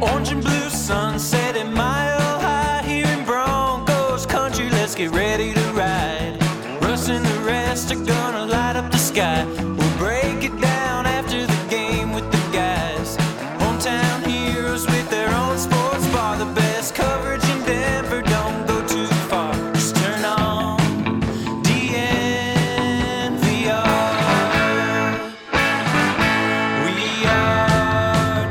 Orange and blue sunset at mile high here in Broncos country. Let's get ready to ride. Russ and the rest are gonna light up the sky. We'll break it down after the game with the guys. Hometown heroes with their own sports bar. The best coverage in Denver. Don't go too far. Just turn on DNVR. We are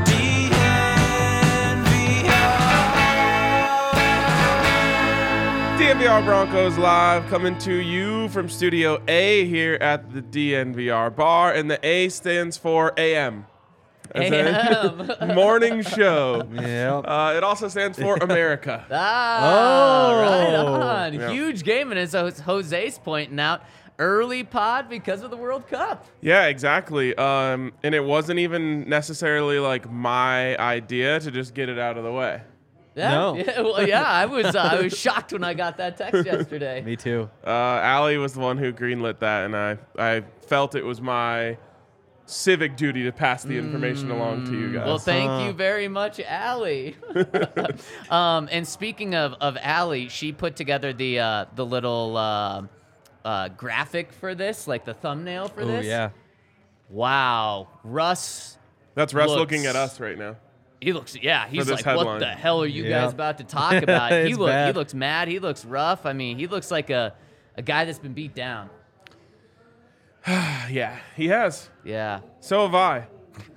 DNVR Broncos live coming to you from Studio A here at the DNVR bar, and the A stands for AM. As in morning show. Yeah. Uh, it also stands for America. Ah, Oh. right on. Yeah. Huge game, and as Jos- Jose's pointing out, early pod because of the World Cup. yeah, exactly. Um, and it wasn't even necessarily like my idea to just get it out of the way. Yeah, No. yeah, well, yeah. I was uh, I was shocked when I got that text yesterday. Me too. Uh, Allie was the one who greenlit that, and I, I felt it was my civic duty to pass the information along to you guys. Well, Uh-huh. thank you very much, Allie. um, and speaking of of Allie, she put together the uh, the little uh, uh, graphic for this, like the thumbnail for Oh this. yeah. Wow, Russ That's Russ looks- looking at us right now. He looks, yeah. He's this like, what headline. the hell are you Yeah. guys about to talk about? he It's look, he bad. looks mad. He looks rough. I mean, he looks like a, a guy that's been beat down. Yeah, he has. Yeah. So have I.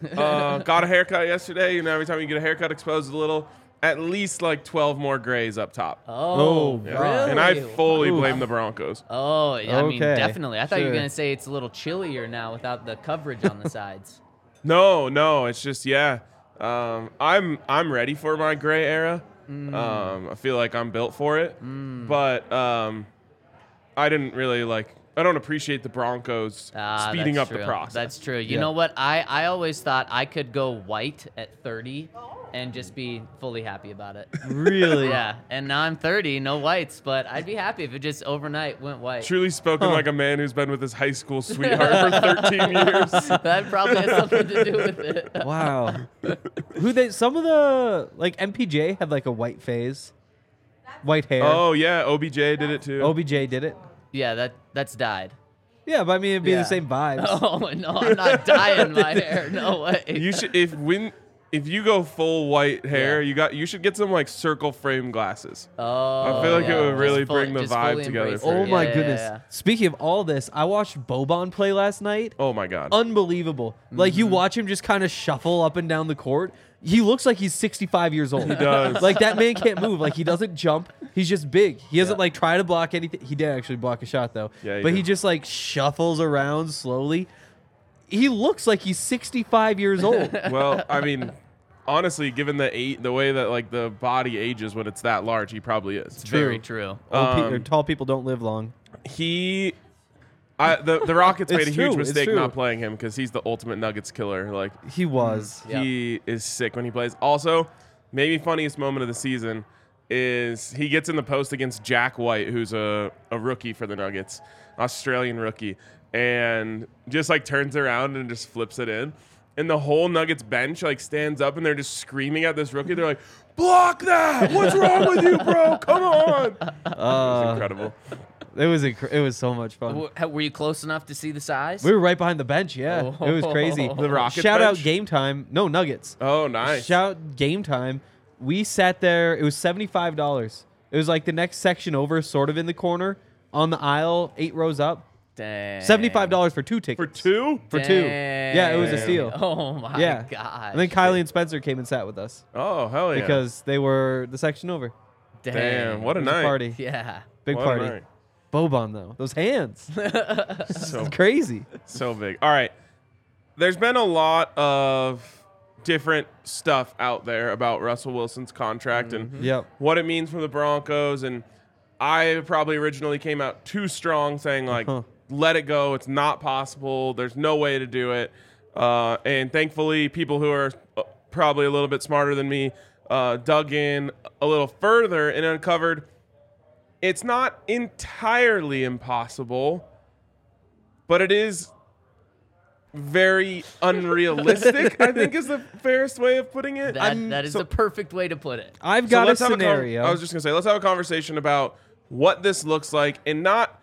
Uh, got a haircut yesterday. You know, every time you get a haircut, exposed a little, at least like 12 more grays up top. Oh, Oh, really? yeah. And I fully Ooh. blame the Broncos. Oh, I mean, Okay, definitely. I thought you were sure. gonna say it's a little chillier now without the coverage on the sides. No, no, it's just yeah. Um, I'm I'm ready for my gray era. Mm. Um, I feel like I'm built for it. But um, I didn't really like. I don't appreciate the Broncos Ah, speeding up that's the true. process. That's true. You Yeah. know what? I I always thought I could go white at 30 and just be fully happy about it. Really? yeah. And now I'm 30, no whites, but I'd be happy if it just overnight went white. Truly spoken like a man who's been with his high school sweetheart for 13 years. that probably has something to do with it. Wow. Who they? Some of the like MPJ had like a white phase, white hair. Oh yeah, OBJ did it too. OBJ did it. Yeah, that that's dyed. Yeah, but I mean it'd be Yeah. the same vibes. Oh no, I'm not dyeing my hair. No way. You should if when if you go full white hair, Yeah. you got you should get some like circle frame glasses. Oh, I feel like it yeah. would Just really full- bring the just vibe fully together embrace for it. Oh you. my Yeah, yeah, goodness. yeah. Speaking of all this, I watched Boban play last night. Oh my god. Unbelievable. Like Mm-hmm. you watch him just kind of shuffle up and down the court. He looks like he's 65 years old. He does. Like that man can't move. Like he doesn't jump. He's just big. He doesn't like try to block anything. He did actually block a shot though. Yeah, he but he did. just like shuffles around slowly. He looks like he's 65 years old. well, I mean, honestly, given the eight the way that like the body ages when it's that large, he probably is. Very true. Old Um, pe- or tall people don't live long. He I, the the Rockets made It's a true, huge it's mistake true. not playing him because he's the ultimate Nuggets killer. Like He was. Yeah. he is sick when he plays. Also, maybe funniest moment of the season is he gets in the post against Jack White, who's a, a rookie for the Nuggets, Australian rookie, and just like turns around and just flips it in. And the whole Nuggets bench like stands up and they're just screaming at this rookie. They're like, Uh, "Block that! What's wrong with you, bro? Come on!" it was incredible. It was inc- it was so much fun. Uh, W- how- Were you close enough to see the size? We were right behind the bench. Yeah, it was crazy. The Rocket Shout out bench? game time. No Nuggets. Oh, nice. Shout game time. We sat there. It was seventy five dollars. It was like the next section over, sort of in the corner on the aisle, eight rows up. Dang. Seventy five dollars for two For tickets. two? For two. Yeah, it was a Dang. steal. Oh my yeah. god. And then Kylie and Spencer came and sat with us Oh, hell yeah. because they were the section over. Damn. Damn, what a It was a night. party. Yeah. Big What a party. night. Bobon though. Those hands. So, Crazy. so big. All right. There's been a lot of different stuff out there about Russell Wilson's contract and Yep. what it means for the Broncos. And I probably originally came out too strong saying, like, Uh-huh. let it go. It's not possible. There's no way to do it. Uh, and thankfully, people who are uh, probably a little bit smarter than me uh, dug in a little further and uncovered it's not entirely impossible, but it is very unrealistic, I think is the fairest way of putting it. That, I'm- that is so- the perfect way to put it. I've so got a let's have a con- scenario. I was just gonna say, let's have a conversation about what this looks like, and not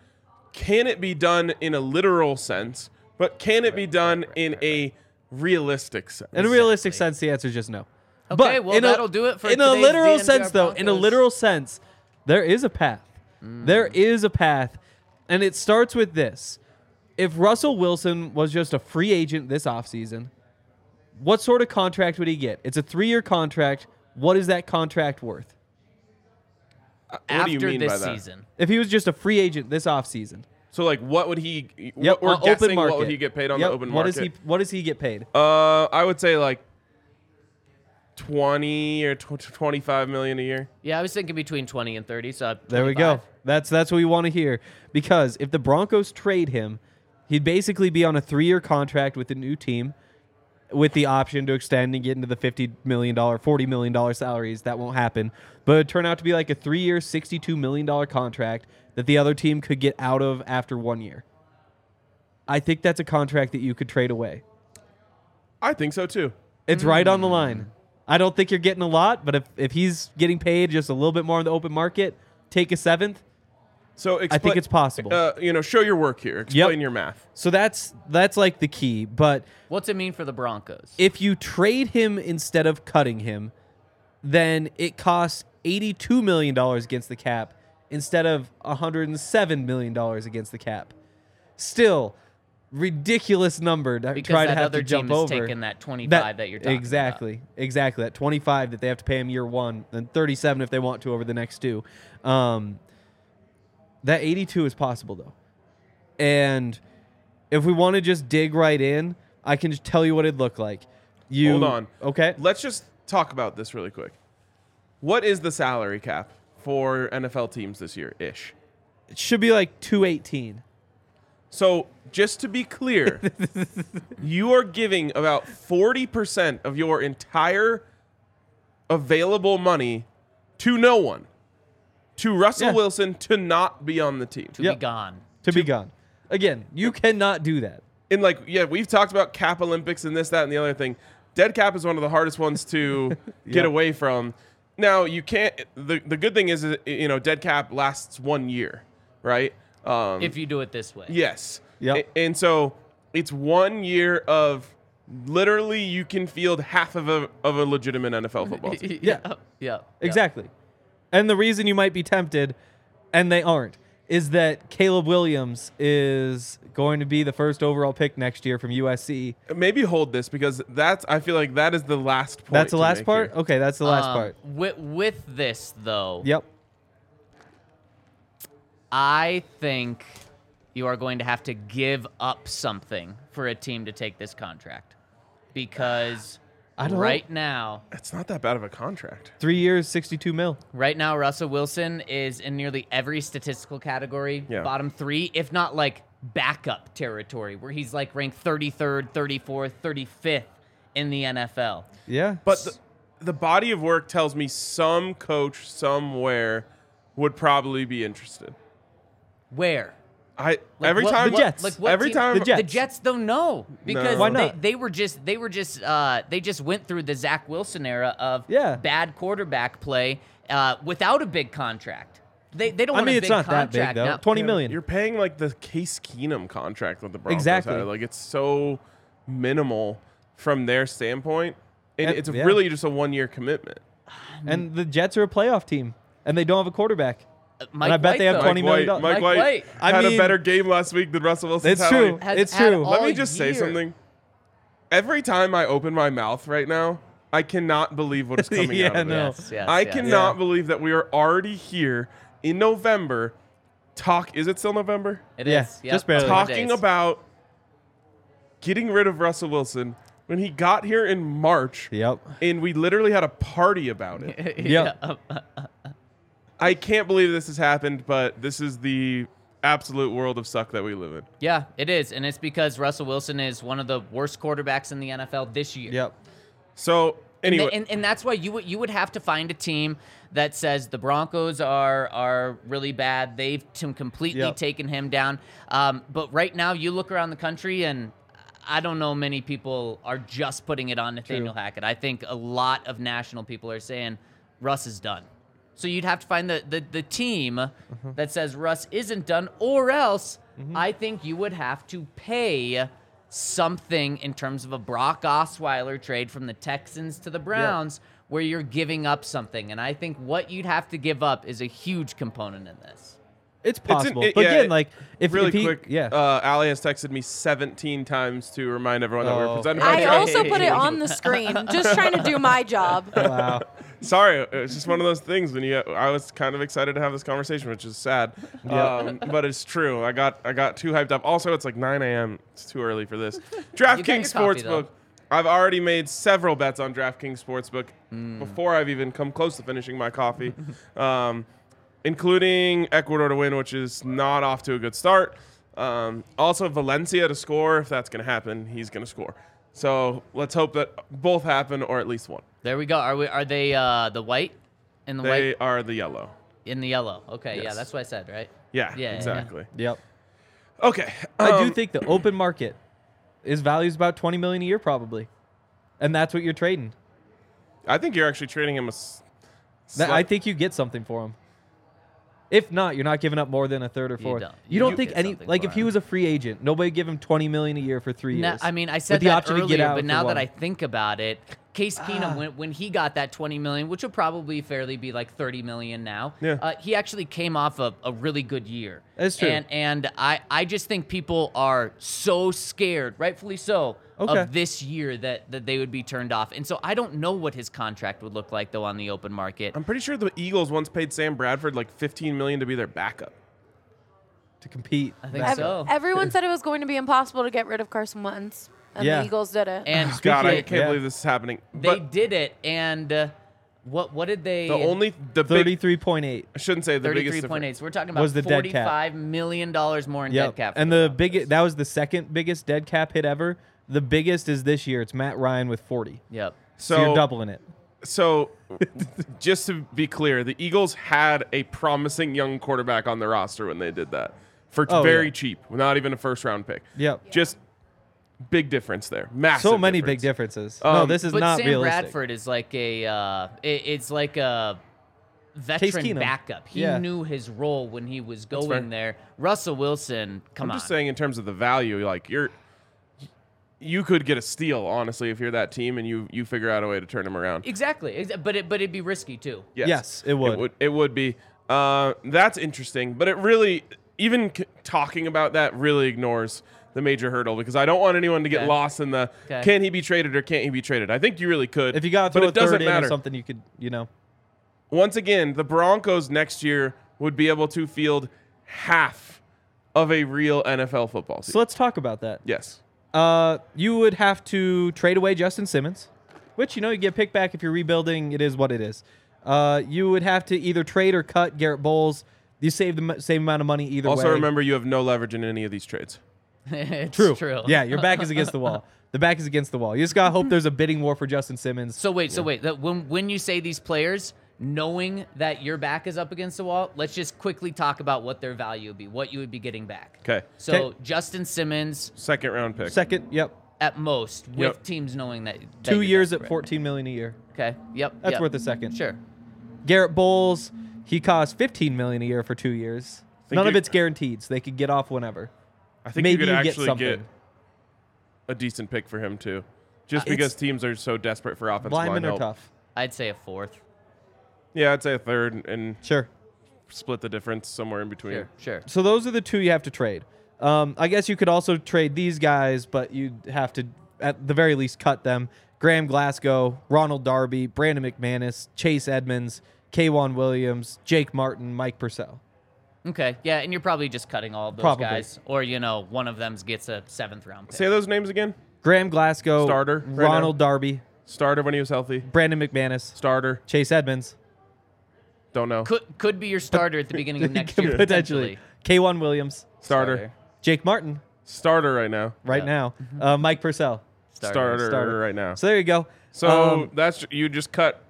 can it be done in a literal sense, but can it be done in a realistic sense? in a realistic sense, the answer is just no. Okay, well, that'll do it for in a today's literal DNVR sense, though. In a Broncos. Mm. literal sense, there is a path. There is a path, and it starts with this: if Russell Wilson was just a free agent this offseason, what sort of contract would he get? It's a three-year contract. What is that contract worth? What After do you mean this by that? season. If he was just a free agent this offseason, So, like, what would he? yep, what, we're on guessing open market. what would he get paid on Yep, the open What market? does he? What does he get paid? Uh, I would say like twenty or tw- twenty-five million a year. Yeah, I was thinking between 20 and 30, so There we go. That's that's what we want to hear because if the Broncos trade him, he'd basically be on a three-year contract with a new team, with the option to extend and get into the fifty million dollar, forty million dollar salaries. That won't happen, but it'd turn out to be like a three-year, sixty-two million dollar contract that the other team could get out of after one year. I think that's a contract that you could trade away. I think so too. It's right on the line. I don't think you're getting a lot, but if, if he's getting paid just a little bit more on the open market, take a seventh. So expla- I think it's possible. Uh, you know, show your work here. Explain your math. So that's that's like the key. But What's it mean for the Broncos? if you trade him instead of cutting him, then it costs eighty-two million dollars against the cap instead of hundred and seven million dollars against the cap. Still, ridiculous number to because try to that have other to jump team is over. taking that 25 that, you're talking about. exactly exactly that 25 that they have to pay him year one then 37 if they want to over the next two um, that 82 is possible though and if we want to just dig right in i can just tell you what it'd look like you Hold on. okay Let's just talk about this really quick. What is the salary cap for NFL teams this year ish? it should be like 218 So, just to be clear, you are giving about 40% of your entire available money to no one, to Russell Yeah. Wilson to not be on the team. To Yep. be gone. to be gone again you cannot do that And, like, yeah, we've talked about cap Olympics and this, that, and the other thing. Dead cap is one of the hardest ones to get away from. Now, you can't, the, the good thing is, uh, you know, dead cap lasts one year, right? Um, If you do it this way. Yes. Yep. A- And so it's one year of literally you can field half of a of a legitimate NFL football team. Yeah. Yep. Yep. Exactly. And the reason you might be tempted, and they aren't, is that Caleb Williams is going to be the first overall pick next year from USC. Maybe hold this because that's I feel like that is the last point. that's the to last make part? here. Okay, that's the last Um, part. With, with this, though, Yep. I think you are going to have to give up something for a team to take this contract because I don't- right now, It's not that bad of a contract. Three years, 62 mil. right now, Russell Wilson is in nearly every statistical category, Yeah. bottom three, if not like backup territory, where he's like ranked 33rd, 34th, 35th in the NFL. Yeah. But the, the body of work tells me some coach somewhere would probably be interested. Where? I Like, every what- time the Jets. like, what every team- time The Jets. The Jets don't know because Why they, not? they were just they were just uh, they just went through the Zach Wilson era of Yeah. bad quarterback play uh, without a big contract. They, they don't I want mean, a it's big not that contract. big though. not- Twenty million. You're paying like the Case Keenum contract with the Broncos. Exactly. had. Like it's so minimal from their standpoint. And And- it's yeah. really just a one year commitment. and the Jets are a playoff team, and they don't have a quarterback. Uh, Mike and I bet White, they have though. $20 White, million Mike, Mike White, White. I had a mean- better game last week than Russell Wilson. It's true. Has It's had true. all Let me just say year. something. Every time I open my mouth right now, I cannot believe what is coming Yeah, out of me. no. Yes, yes, I yes. cannot Yeah. believe that we are already here in November. Talk is it still November? It Yeah, is, yep, just barely. couple of Talking days. about getting rid of Russell Wilson when he got here in March Yep. and we literally had a party about it. Yep. I can't believe this has happened, but this is the absolute world of suck that we live in. Yeah, it is, and it's because Russell Wilson is one of the worst quarterbacks in the NFL this year. Yep. So And, anyway, and, and that's why you would you would have to find a team that says the Broncos are are really bad. They've t- completely Yep. taken him down. Um, but right now, you look around the country, and I don't know many people are just putting it on Nathaniel Hackett. I think a lot of national people are saying Russ is done. So you'd have to find the the, the team that says Russ isn't done, or else I think you would have to pay. Something in terms of a Brock Osweiler trade from the Texans to the Browns, where you're giving up something, and I think what you'd have to give up is a huge component in this. It's an- possible, it- but yeah, again, it- like if, really if he, quick, yeah, uh, Ali has texted me 17 times to remind everyone that we're Oh. presented by I Jack. also put it on the screen, just trying to do my job. wow, Sorry, it's just one of those things when you. I was kind of excited to have this conversation, which is sad, um, but it's true. I got I got too hyped up. Also, it's like 9 a.m. It's too early for this. DraftKings your coffee, Sportsbook. I've already made several bets on DraftKings Sportsbook before I've even come close to finishing my coffee, um, including Ecuador to win, which is not off to a good start. Um, also, Valencia to score. If that's going to happen, he's going to score. So let's hope that both happen or at least one. There we go. Are we? Are they uh, the white in the They white are the yellow. in the yellow? Okay, yeah, Yes. that's what I said, right? Yeah, Yeah, yeah, exactly. yep. Okay. I do um, think the open market is values about twenty million a year probably, and that's what you're trading. I think you're actually trading him a. s- That, slight- I think you get something for him. If not, you're not giving up more than a third or fourth. You don't- don't, you don't think get any something like for if he him. was a free agent, nobody would give him twenty million a year for three No, years. I mean, I with said the that option earlier, to get out but for now one. that I think about it, Case Ah. Keenum, when, when he got that 20 million, which would probably fairly be like 30 million now, Yeah. uh, he actually came off of a really good year. That's true. And, and I, I just think people are so scared, rightfully so, Okay. of this year that, that they would be turned off. And so I don't know what his contract would look like, though, on the open market. I'm pretty sure the Eagles once paid Sam Bradford like 15 million to be their backup. to compete, I think Ev- so. Everyone said it was going to be impossible to get rid of Carson Wentz, and Yeah. the Eagles did it. And God, I speaking- can't yeah. believe this is happening. they But did it. And uh, what, what did they. the only the big thirty-three point eight. I shouldn't say the biggest Thirty-three point difference. eight. So we're talking about Was the dead cap. forty-five million dollars more in Yep. dead cap. for And the Broncos. big that was the second biggest dead cap hit ever. The biggest is this year. It's Matt Ryan with 40. Yep. So, you're doubling it. So, just to be clear, the Eagles had a promising young quarterback on their roster when they did that for Oh, very yeah. cheap, not even a first round pick. Yep. Yeah. Just big difference there. Massive. So many difference. big differences. no, Um, this is But not Sam realistic. Bradford is like a uh, i- it's like a veteran Keenum. backup. He Yeah. knew his role when he was fair. going there. Russell Wilson, come I'm on. just saying in terms of the value, like you're you could get a steal, honestly, if you're that team and you you figure out a way to turn him around. Exactly. ex- But it but it'd be risky too. Yes, it would. It would, it would be. Uh, that's interesting, but it really even c- talking about that really ignores the major hurdle because I don't want anyone to get Okay. lost in the Okay. can he be traded or can't he be traded. I think you really could. If you got to but throw a it doesn't third in matter. or something, you could, you know. Once again, the Broncos next year would be able to field half of a real NFL football So season. let's talk about that. yes. Uh, you would have to trade away Justin Simmons, which you know you get picked back if you're rebuilding. It is what it is. Uh, you would have to either trade or cut Garrett Bowles. You save the m- same amount of money either Also way. remember you have no leverage in any of these trades. it's true. true. Yeah, your back is against the wall. The back is against the wall. You just gotta hope there's a bidding war for Justin Simmons. So wait, so wait. That when when you say these players, knowing that your back is up against the wall, let's just quickly talk about what their value would be, what you would be getting back. 'Kay. So 'Kay. Justin Simmons, Second round pick. second, yep, at most, with Yep. teams knowing that, that two you're years at desperate. 14 million a year. Okay. Yep. That's yep. worth a second. Sure. Garrett Bowles, He costs 15 million a year for two years. Think None you- of it's guaranteed, so they could get off whenever. I think Maybe you could you get actually something. get a decent pick for him too, just Uh, because it's- teams are so desperate for offensive line Linemen are help. tough. I'd say a fourth. Yeah, I'd say a third and Sure. split the difference somewhere in between. Sure, sure. So those are the two you have to trade. Um, I guess you could also trade these guys, but you'd have to, at the very least, cut them. Graham Glasgow, Ronald Darby, Brandon McManus, Chase Edmonds, Kwan Williams, Jake Martin, Mike Purcell. Okay, yeah, and you're probably just cutting all of those Probably. guys, or you know, one of them gets a seventh round pick. Say those names again. Graham Glasgow, Starter right now. Ronald Darby, Starter when he was healthy. Brandon McManus, Starter. Chase Edmonds, Don't know. could could be your starter at the beginning of next year potentially Kwan Williams, starter. starter. Starter. Mm-hmm. Jake Martin, right now. right now, uh, Mike Purcell. Starter. Starter, Starter. right now. So there you go. So Um, that's you just cut,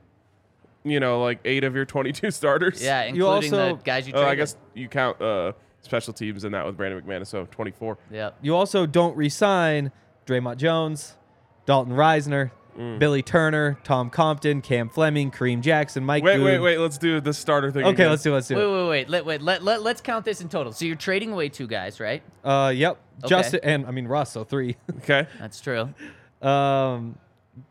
you know, like eight of your twenty-two starters. Yeah, including You the also- guys you Oh, traded. I guess you count uh, special teams in that with Brandon McManus. So twenty-four. Yeah. You also don't re-sign Draymond Jones, Dalton Reisner, Mm. Billy Turner, Tom Compton, Cam Fleming, Kareem Jackson, Mike. Wait, wait, Boone. wait. Let's do the starter thing. Okay, again. let's do. it, Let's do. Wait, it. wait, wait. Let wait. Let let let's count this in total. So you're trading away two guys, right? Uh, yep. Okay. Justin and I mean Russ. So three. Okay. That's true. um,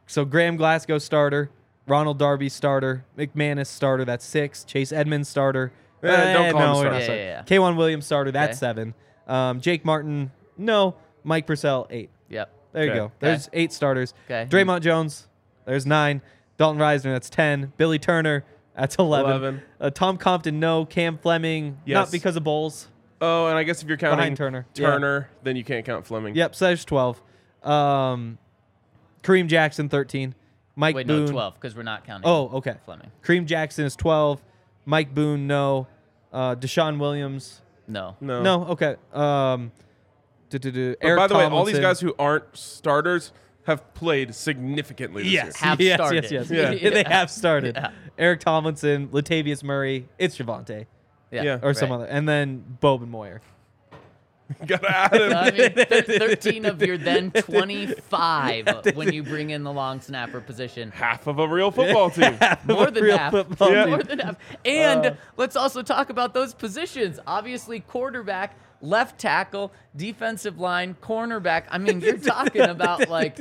so Graham Glasgow starter, Ronald Darby starter, McManus starter. That's six. Chase Edmonds starter. Eh, don't call him no, starter. we're not Yeah, sorry. yeah, yeah. K1 Williams starter. That's Okay. seven. Um, Jake Martin. No. Mike Purcell eight. Yep. There you Okay. go. There's eight starters. Okay. Draymond Jones, there's nine. Dalton Reisner, that's ten. Billy Turner, that's eleven. 11. Uh, Tom Compton, no. Cam Fleming, Yes. not because of bowls. Oh, and I guess if you're counting Behind Turner. Yeah. Turner, then you can't count Fleming. Yep, so there's twelve. Um, Kareem Jackson, thirteen. Mike Wait, Boone. no, twelve, because we're not counting. Oh, okay. Fleming. Kareem Jackson is twelve. Mike Boone, no. Uh, Deshaun Williams, No. No. no. Okay. Um, du-du-du. But Eric by the way, all these Tomlinson. guys who aren't starters have played significantly this Yes. year. Have yes, started. Yes, yes, Yeah. they have started. Eric Tomlinson, Latavius Murray, it's Javante Yeah. Yeah. or some Right. other, and then Bobin Moyer. Gotta add him. I mean, thir- 13 of your then 25 when you bring in the long snapper position. half of a real football team. More than Real half. football Uh. Yeah. More than half. And let's also talk about those positions. Obviously, quarterback, left tackle, defensive line, cornerback. I mean, you're talking about like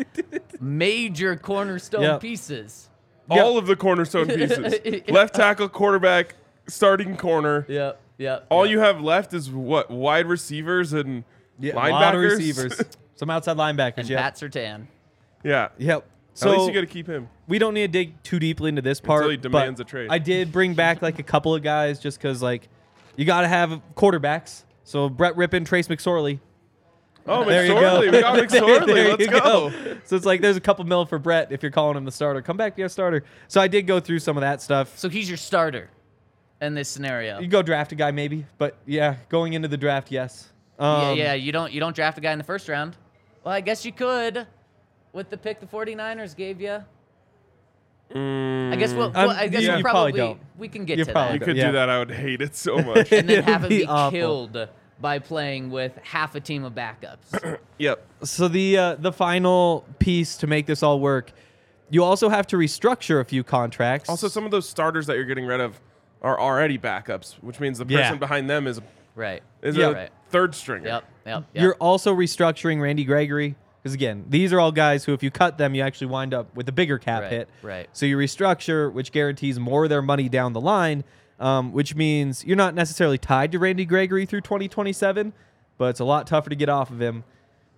major cornerstone Yep. pieces. All of the cornerstone pieces. Left tackle, quarterback, starting corner. Yep. Yep. All you have left is what wide receivers and a linebackers. lot of receivers, some outside linebackers. and Yeah, Pat Sertan. yeah. yep. So, At So least you got to keep him. we don't need to dig too deeply into this part. he demands but a trade. I did bring back like a couple of guys just because like you got to have quarterbacks. So Brett Rippin, Trace McSorley. Oh, There you go. McSorley. We got McSorley. There Let's you go. So it's like there's a couple mil for Brett if you're calling him the starter. Come back to your starter. So I did go through some of that stuff. So he's your starter in this scenario. You go draft a guy maybe, but yeah, going into the draft, yes. yeah, Um, yeah, you don't you don't draft a guy in the first round. Well, I guess you could with the pick the 49ers gave you. I guess we'll, Um, well, I guess yeah, we'll you probably probably, don't. we can get You to probably that. You could Yeah. do that. I would hate it so much. and then It'd have him be be awful. killed by playing with half a team of backups. yep. So the uh, the final piece to make this all work, you also have to restructure a few contracts. Also, some of those starters that you're getting rid of are already backups, which means the person Yeah. behind them is right. is Yeah. a Right. third stringer. Yep. Yep. yep. you're also restructuring Randy Gregory because again, these are all guys who, if you cut them, you actually wind up with a bigger cap Right, hit. right. So you restructure, which guarantees more of their money down the line, um, which means you're not necessarily tied to Randy Gregory through 2027, but it's a lot tougher to get off of him.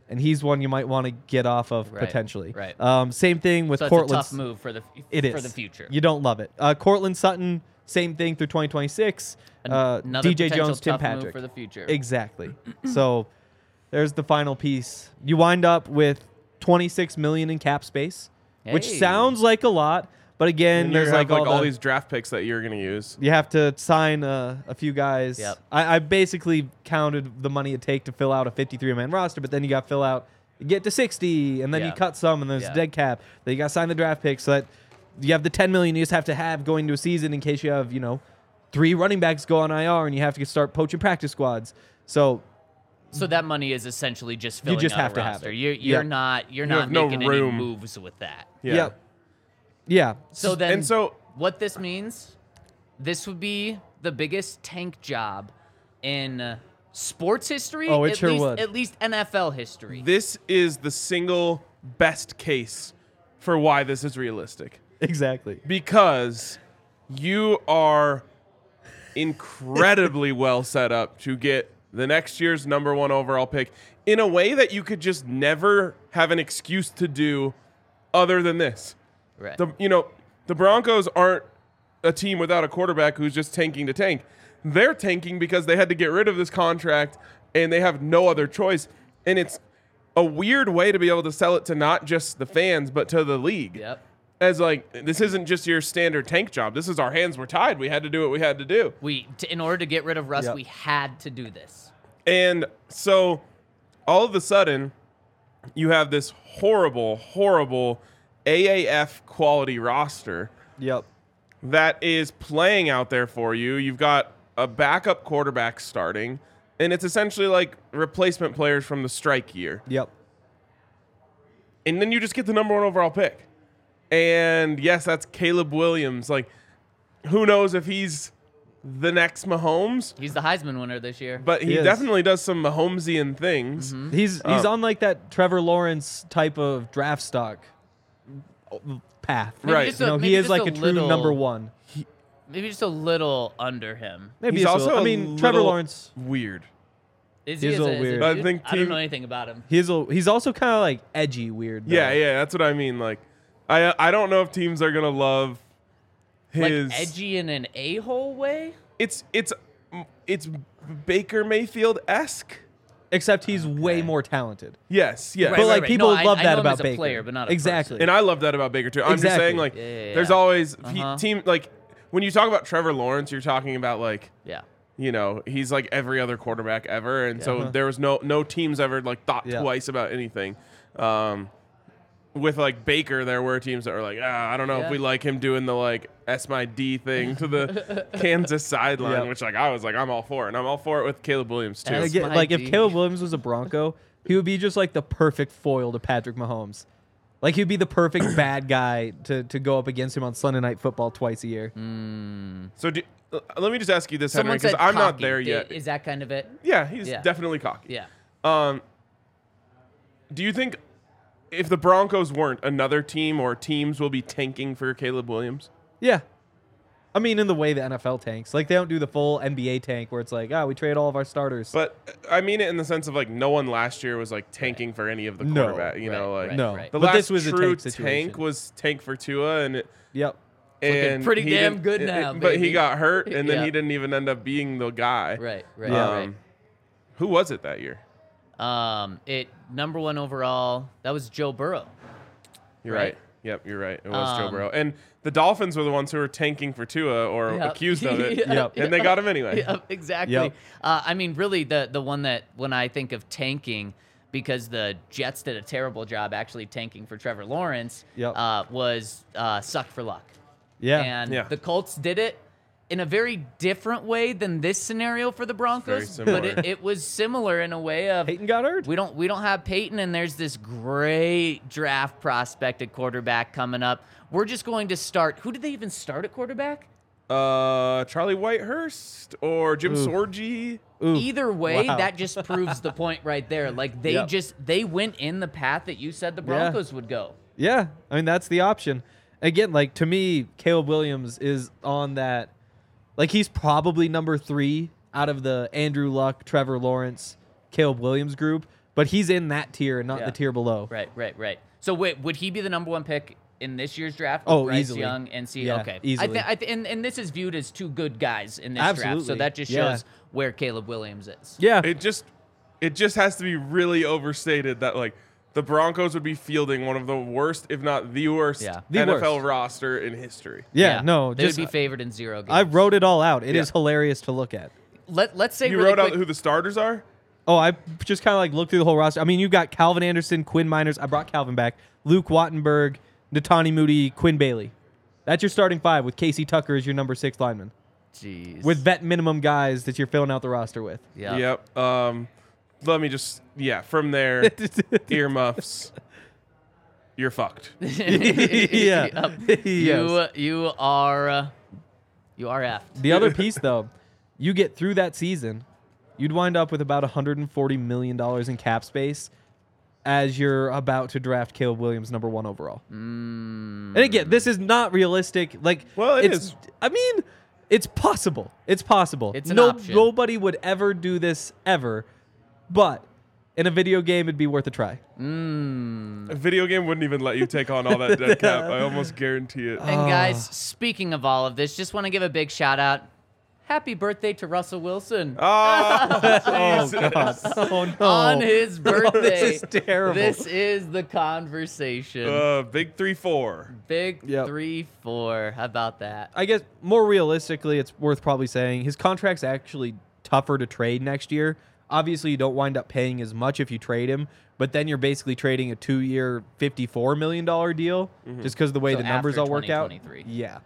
And he's one you might want to get off of Right, potentially. right. Um, same thing with so it's a Cortland. tough move for the It is for the future. You don't love it. Uh, Cortland Sutton, same thing through 2026. An- Uh, another DJ potential Jones, Tim tough move Patrick for the future. Exactly. so there's the final piece. You wind up with 26 million in cap space, which Hey. sounds like a lot, but again, And you there's have like, all, the- these draft picks that you're going to use. You have to sign uh, a few guys. Yep. I, I basically counted the money it take to fill out a 53 man roster, but then you got to fill out, get to 60, and then Yeah. you cut some, and there's Yeah. a dead cap. Then you got to sign the draft picks. So that you have the 10 million you just have to have going into a season in case you have you know three running backs go on IR, and you have to start poaching practice squads. So So that money is essentially just filling just out have a to have roster. it. You're you're Yep. not you're You not have no making room. any moves with that. Yeah. Yep. Yeah. So then, and so- what this means, this would be the biggest tank job in uh, sports history. Oh, it at sure least, would. At least NFL history. This is the single best case for why this is realistic. Exactly. because you are incredibly well set up to get the next year's number one overall pick in a way that you could just never have an excuse to do other than this. right. The you know the Broncos aren't a team without a quarterback who's just tanking to tank. They're tanking because they had to get rid of this contract and they have no other choice. And it's a weird way to be able to sell it to not just the fans but to the league yep. as like this isn't just your standard tank job. This is our hands were tied. We had to do what we had to do. We t- in order to get rid of Russ, Yep. we had to do this. And so all of a sudden you have this horrible horrible AAF quality roster Yep. that is playing out there for you. You've got a backup quarterback starting and it's essentially like replacement players from the strike year. Yep. and then you just get the number one overall pick. And yes, that's Caleb Williams. Like, who knows if he's the next Mahomes? He's the Heisman winner this year. But he, He is. Mm-hmm. definitely does some Mahomesian things. He's he's on like that Trevor Lawrence type of draft stock uh, path. Maybe Right. just You know, maybe he is just like a, true little- number one. Maybe just a little under him. Maybe He's it's a also, little- a I mean, Trevor little Lawrence. weird. Is He's is a little is weird. I dude? think I don't team- know anything about him. He's a, he's also kind of like edgy, weird. though. Yeah, yeah, that's what I mean. Like, I I don't know if teams are gonna love his. like edgy in an a hole way. It's it's it's Baker Mayfield esque. Except he's way more talented. Yes, yes. Right, But like right. people No, I- love I that know him about as a Baker. player, but not a exactly. person. And I love that about Baker too. I'm just Exactly. saying, like, Yeah, yeah, yeah. there's always Uh-huh. he, team like when you talk about Trevor Lawrence, you're talking about like Yeah. you know he's like every other quarterback ever, and so Uh-huh. there was no no teams ever like thought Yeah. twice about anything. Um, with like Baker, there were teams that were like, ah, I don't know Yeah. if we like him doing the like S my D thing to the Kansas sideline, Yep. which like I was like, I'm all for it, and I'm all for it with Caleb Williams too. And That's again, my like if D. Caleb Williams was a Bronco, he would be just like the perfect foil to Patrick Mahomes. Like he'd be the perfect bad guy to, to go up against him on Sunday Night Football twice a year. Mm. So do, uh, let me just ask you this, Henry, Someone because said I'm not cocky. there I- yet. Is that kind of it? yeah, he's Yeah. definitely cocky. Yeah. Um, do you think if the Broncos weren't, another team or teams will be tanking for Caleb Williams? Yeah. I mean, in the way the NFL tanks, like they don't do the full NBA tank where it's like, ah, we trade all of our starters. But uh, I mean it in the sense of like no one last year was like tanking for any of the No. quarterback. You know, Right, like right, no, right. the but last this was true a tank situation. was tank for Tua and. It, yep. looking and pretty he damn didn't- good it- it- now, but he baby. got hurt, and then Yeah. he didn't even end up being the guy. Um, Right. Right. Yeah. Right. Who was it that year? Um, it number one overall. That was Joe Burrow. You're right. Right. Yep, you're right. It was Joe Um, Burrow, and the Dolphins were the ones who were tanking for Tua or Yep. accused of it, Yep. and they got him anyway. Yep, exactly. Yep. Uh, I mean, really, the the one that when I think of tanking, because the Jets did a terrible job actually tanking for Trevor Lawrence, Yep. uh, was uh, suck for luck. Yeah. And Yeah. the Colts did it in a very different way than this scenario for the Broncos, Very but it, similar. it was similar in a way of Peyton got hurt. we don't we don't have Peyton, and there's this great draft prospect at quarterback coming up. We're just going to start. Who did they even start at quarterback? uh, Charlie Whitehurst or Jim Sorgi. Either way, Wow. that just proves the point right there. Like they Yep. just they went in the path that you said the Broncos would go. Yeah, I mean that's the option. Again, like to me, Caleb Williams is on that. Like he's probably number three out of the Andrew Luck, Trevor Lawrence, Caleb Williams group, but he's in that tier and not Yeah. the tier below. Right, right, right. So wait, would he be the number one pick in this year's draft? with Oh, Bryce easily. Young and see. Yeah, okay, I easily. thi- I thi- and, and this is viewed as two good guys in this draft. So Absolutely, that just yeah. shows where Caleb Williams is. Yeah, It just, it just has to be really overstated that like the Broncos would be fielding one of the worst, if not the worst, Yeah. The NFL worst. roster in history. yeah, No, they just uh, would be favored in zero games. I wrote it all out. It is Yeah. hilarious to look at. Let Let's say You really wrote quick, out who the starters are. Oh, I just kind of like looked through the whole roster. I mean, you've got Calvin Anderson, Quinn Miners. I brought Calvin back. Luke Wattenberg, Natani Moody, Quinn Bailey. That's your starting five with Casey Tucker as your number six lineman. Jeez. with vet minimum guys that you're filling out the roster with. yeah. Yep. Um, let me just, yeah, from there, earmuffs. You're fucked. yeah. You you are uh, You are effed. The other piece, though, you get through that season, you'd wind up with about 140 million dollars in cap space as you're about to draft Caleb Williams number one overall. Mm. And again, this is not realistic. Like, Well, it it's, is. I mean, it's possible. It's possible. It's an no, option. nobody would ever do this ever, but in a video game, it'd be worth a try. A video game wouldn't even let you take on all that dead cap. I almost guarantee it. And guys, Ah. speaking of all of this, just want to give a big shout out. Happy birthday to Russell Wilson Oh God! Oh no! on his birthday. this is terrible. This is the conversation. Uh, big three four. big Yep. three four. How about that? I guess more realistically, it's worth probably saying his contract's actually tougher to trade next year. Obviously, you don't wind up paying as much if you trade him, but then you're basically trading a two-year, fifty-four million dollar deal just because the way Mm-hmm. So the numbers after all work out. 2023. Yeah,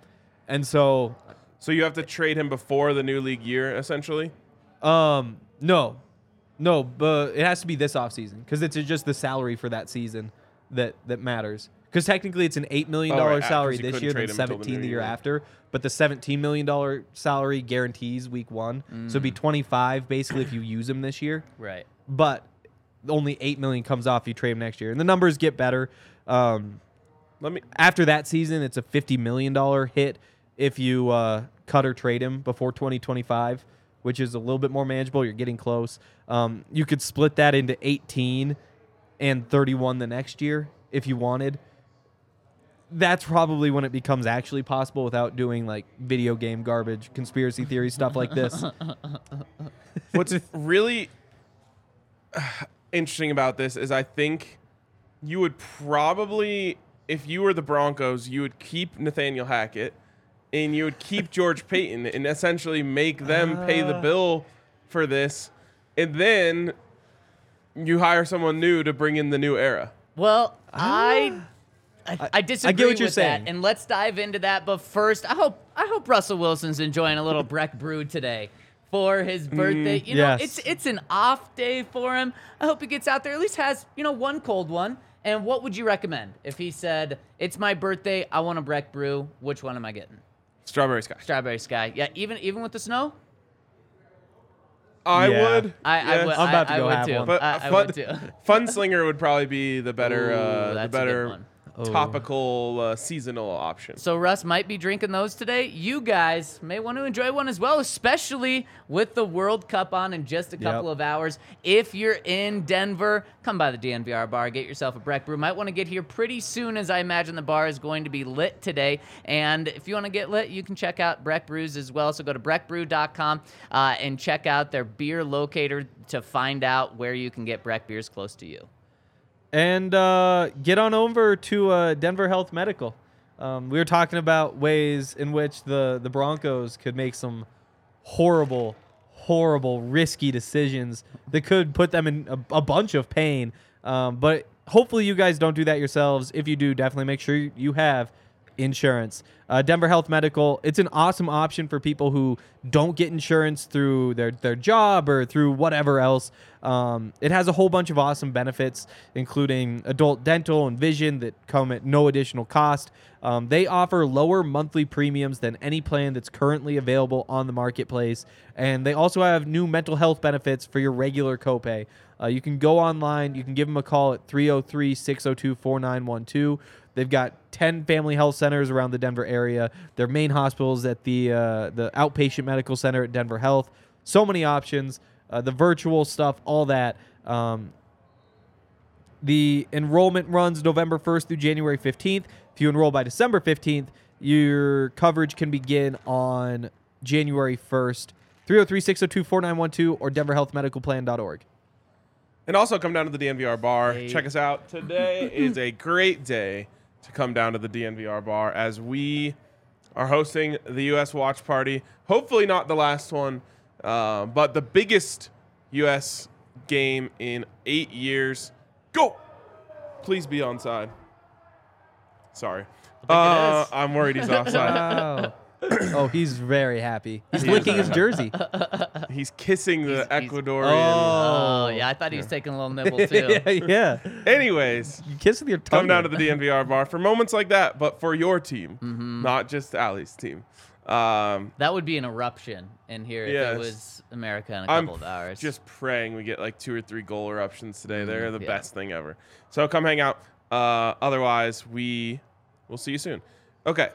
and so So you have to trade him before the new league year, essentially. um, no, no, but it has to be this offseason because it's just the salary for that season that that matters. Because technically, it's an eight million Oh, right, dollar uh, 'cause salary you this couldn't year, trade then him until the seventeen new the year year. after. But the seventeen million dollar salary guarantees week one, so Mm. it'd be twenty five basically if you use him this year. Right. But only eight million comes off if you trade him next year, and the numbers get better. Um, Let me. after that season, it's a fifty million dollar hit if you uh, cut or trade him before twenty twenty five, which is a little bit more manageable. You're getting close. Um, you could split that into eighteen and thirty one the next year if you wanted. That's probably when it becomes actually possible without doing like video game garbage, conspiracy theory stuff like this. What's really interesting about this is I think you would probably, if you were the Broncos, you would keep Nathaniel Hackett and you would keep George Payton and essentially make them pay the bill for this, and then you hire someone new to bring in the new era. Well, I, I I disagree Ah. I get what you're with saying. that, and let's dive into that. But first, I hope I hope Russell Wilson's enjoying a little Breck Brew today for his birthday. you know, Mm, yes. it's it's an off day for him. I hope he gets out there at least has you know one cold one. And what would you recommend if he said, "It's my birthday, I want a Breck Brew. Which one am I getting? Strawberry Sky. Strawberry Sky? Yeah, even even with the snow, I Yeah. would. I I yes. would. I'm about to I, I go would have too. one. But I, uh, I fun, would too. Funslinger would probably be the better, Ooh, uh, the that's a good better one. topical uh, seasonal option. So Russ might be drinking those today. You guys may want to enjoy one as well, especially with the World Cup on in just a couple of hours. If you're in Denver, come by the DNVR bar, get yourself a Breck Brew. Might want to get here pretty soon, as I imagine the bar is going to be lit today. And if you want to get lit, you can check out Breck Brews as well. So go to breckbrew.com uh, and check out their beer locator to find out where you can get Breck beers close to you. and uh, get on over to uh, Denver Health Medical. Um, we were talking about ways in which the the Broncos could make some horrible, horrible, risky decisions that could put them in a, a bunch of pain. Um, but hopefully, you guys don't do that yourselves. If you do, definitely make sure you have insurance. Uh, Denver Health Medical, it's an awesome option for people who don't get insurance through their, their job or through whatever else. Um, it has a whole bunch of awesome benefits, including adult dental and vision that come at no additional cost. Um, they offer lower monthly premiums than any plan that's currently available on the marketplace. And they also have new mental health benefits for your regular copay. Uh, you can go online, you can give them a call at 303 602 4912. They've got 10 family health centers around the Denver area. Their main hospitals at the uh, the outpatient medical center at Denver Health. So many options. Uh, the virtual stuff, all that. Um, the enrollment runs November 1st through January 15th. If you enroll by December 15th, your coverage can begin on January oh 1st. 303 602 4912 or denverhealthmedicalplan.org. And also come down to the DNVR bar. Check us out. Today is a great day to come down to the DNVR bar as we are hosting the U.S. Watch Party. Hopefully, not the last one, uh, but the biggest U.S. game in eight years. Go! Please be onside. Sorry. Uh, I'm worried he's offside. Oh. oh, he's very happy. He's He is licking his very jersey. he's kissing the He's- he's- Ecuadorian. Oh, yeah, I thought he was taking a little nibble too. yeah, yeah. Anyways. You kiss with your tongue. Mm-hmm. Come down to the DNVR bar for moments like that, but for your team, not just Ali's team. Um, That would be an eruption in here if Yes. it was America in a I'm couple of hours. just praying we get like two or three goal eruptions today. They're the Mm-hmm. yeah. best thing ever. So come hang out. Uh, otherwise, we will see you soon. Okay.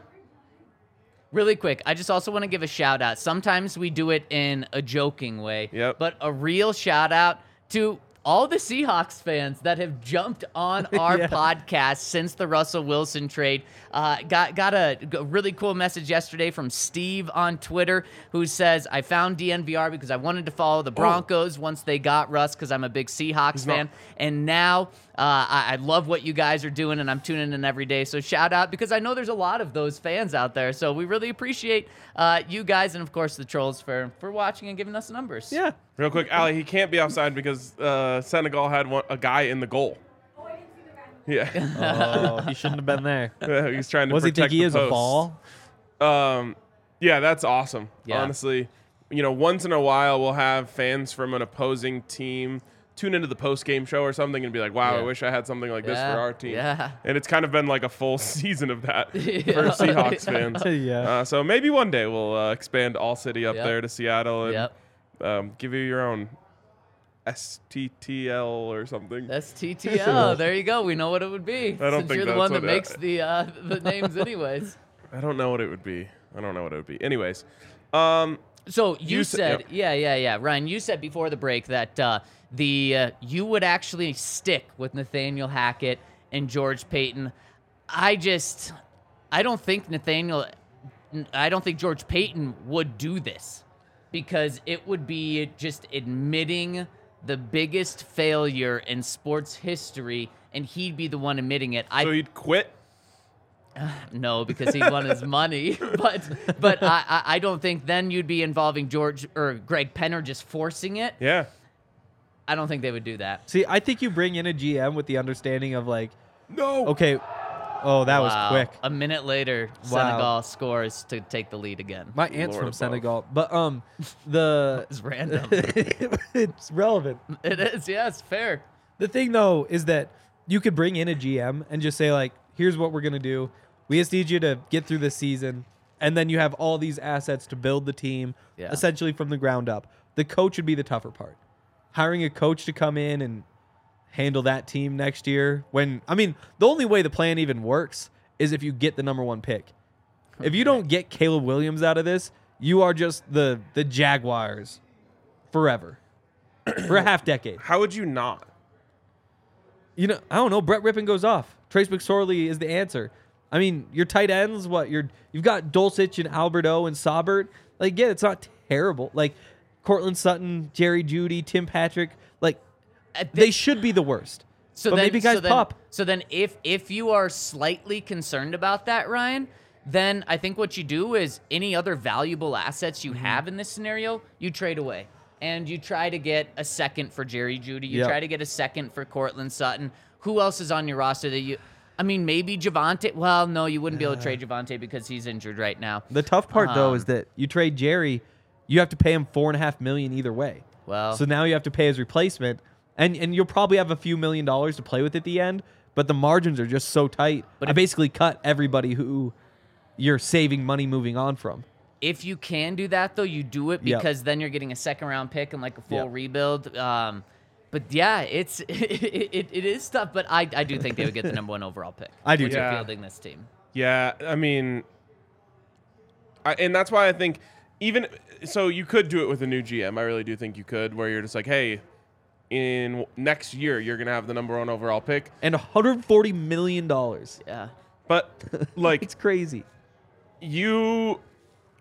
Really quick, I just also want to give a shout out. Sometimes we do it in a joking way, Yep. but a real shout out to all the Seahawks fans that have jumped on our podcast since the Russell Wilson trade. Uh, got got a, g- really cool message yesterday from Steve on Twitter who says, "I found DNVR because I wanted to follow the Broncos once they got Russ because I'm a big Seahawks not- fan, and now uh, I, I love what you guys are doing, and I'm tuning in every day. So shout out because I know there's a lot of those fans out there. So we really appreciate uh, you guys, and of course the trolls for for watching and giving us numbers. Yeah. Real quick, Ali, he can't be offside because uh, Senegal had one, a guy in the goal. Yeah, Oh, he shouldn't have been there. he's trying to Was he protect think he the is a post. ball? Um, yeah, that's awesome. Yeah. Honestly, you know, once in a while we'll have fans from an opposing team tune into the post game show or something and be like, "Wow, I Yeah. wish I had something like this Yeah, for our team." yeah. And it's kind of been like a full season of that for Seahawks fans. Yeah. Uh, so maybe one day we'll uh, expand all city up Yep. there to Seattle and Yep. um, give you your own STTL or something. That's TTL. there you go. We know what it would be. I don't Since think you're the that's one what that it- makes the uh, the names, anyways. I don't know what it would be. I don't know what it would be. Anyways, um, So you, You sa- said, yep. yeah, yeah, yeah, Ryan. You said before the break that uh, the uh, you would actually stick with Nathaniel Hackett and George Payton. I just, I don't think Nathaniel, I don't think George Payton would do this because it would be just admitting the biggest failure in sports history, and he'd be the one admitting it. I so he'd quit. no, because he won his money. But but I, I I don't think then you'd be involving George or Greg Penner just forcing it. Yeah. I don't think they would do that. See, I think you bring in a GM with the understanding of like, No. okay, oh, that was Wow. quick. A minute later, Senegal scores to take the lead again. My Lord aunt's from above. Senegal, but um, the it's random. it's relevant. it is, yes, fair. The thing though is that you could bring in a GM and just say like, "Here's what we're gonna do. We just need you to get through this season," and then you have all these assets to build the team Yeah. essentially from the ground up. The coach would be the tougher part. Hiring a coach to come in and handle that team next year. When I mean, the only way the plan even works is if you get the number one pick. If you don't get Caleb Williams out of this, you are just the the Jaguars forever. For a half decade. How would you not? You know, I don't know. Brett Rippon goes off. Trace McSorley is the answer. I mean, your tight ends, what you're you've got Dulcich and Alberto and Saubert. Like, yeah, it's not terrible. Like Cortland Sutton, Jerry Judy, Tim Patrick, like At thi- they should be the worst. So but then, maybe guys so then, pop. So then, if if you are slightly concerned about that, Ryan, then I think what you do is any other valuable assets Mm-hmm. you have in this scenario, you trade away, and you try to get a second for Jerry Judy. You Yep. try to get a second for Cortland Sutton. Who else is on your roster that you? I mean, maybe Javante. Well, no, you wouldn't be able to trade Javante because he's injured right now. Uh. The tough part though Um, is that you trade Jerry, you have to pay him four and a half million either way. Well- so now you have to pay his replacement, and and you'll probably have a few million dollars to play with at the end. But the margins are just so tight. But I basically cut everybody who you're saving money moving on from. if you can do that though, you do it Yep. because then you're getting a second round pick and like a full Yep. rebuild. Um, but yeah, it's it, it, it is tough. But I, I do think they would get the number one overall pick. I do Which too. are Yeah. fielding this team. Yeah, I mean, I, and that's why I think even so, you could do it with a new GM. I really do think you could, where you're just like, hey, in next year you're gonna have the number one overall pick, And 140 million dollars. Yeah. but like It's crazy. you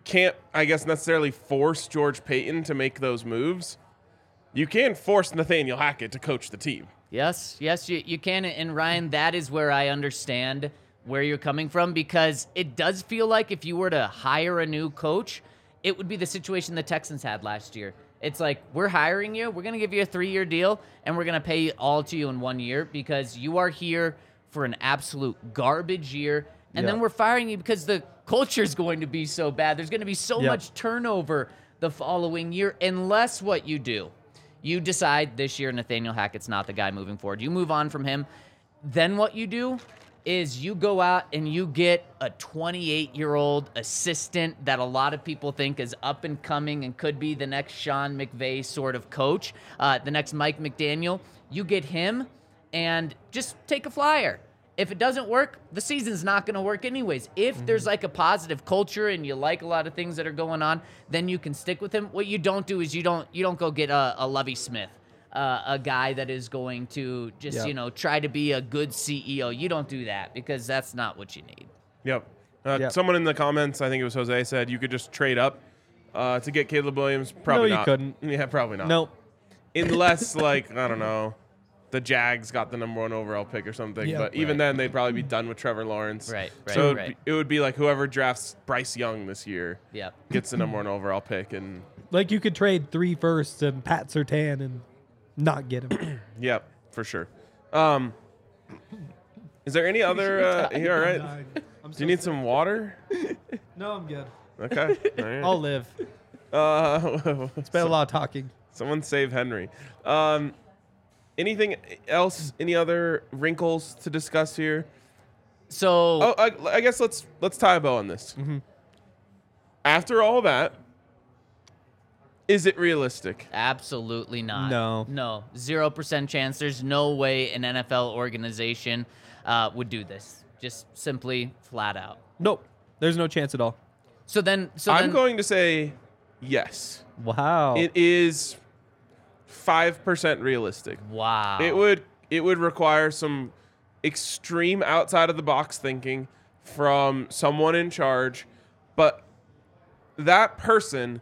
can't, I guess, necessarily force George Payton to make those moves. You can force Nathaniel Hackett to coach the team. Yes, yes, you, you can. And Ryan, that is where I understand where you're coming from because it does feel like if you were to hire a new coach, it would be the situation the Texans had last year. It's like, we're hiring you, we're going to give you a three year deal, and we're going to pay it all to you in one year because you are here for an absolute garbage year. And Yeah. then we're firing you because the culture is going to be so bad. There's going to be so Yeah. much turnover the following year, unless what you do you decide this year Nathaniel Hackett's not the guy moving forward. You move on from him. Then what you do is you go out and you get a 28 year old assistant that a lot of people think is up and coming and could be the next Sean McVay sort of coach, uh, the next Mike McDaniel. You get him and just take a flyer. If it doesn't work, the season's not going to work anyways. If Mm-hmm. there's like a positive culture and you like a lot of things that are going on, then you can stick with him. What you don't do is you don't you don't go get a, a Lovey Smith uh, a guy that is going to just Yeah. you know try to be a good CEO. You don't do that because that's not what you need. Yep. Uh, Yep. Someone in the comments, I think it was Jose, said you could just trade up uh, to get Caleb Williams. Probably you not. couldn't. Yeah, probably not. Nope. Unless, like, I don't know, the Jags got the number one overall pick or something. Yeah. But even Right. then, they'd probably be done with Trevor Lawrence. Right, right, so it would, right. be, it would be like whoever drafts Bryce Young this year Yep. gets the number one overall pick. And, Like you could trade three firsts and Pat Sertan and not get him. yep, for sure. Um, is there any other. Uh, you all right? Do you need some water? No, I'm good. Okay. All right. I'll live. It's Uh, been a lot of talking. Someone save Henry. Um, anything else? Any other wrinkles to discuss here? So Oh, I, I guess let's let's tie a bow on this. After all that, is it realistic? Absolutely not. No. No. Zero percent chance. There's no way an NFL organization uh, would do this. Just simply flat out. Nope. There's no chance at all. So then, so I'm then, going to say yes. Wow. It is five percent realistic. Wow. It would it would require some extreme outside of the box thinking from someone in charge, but that person,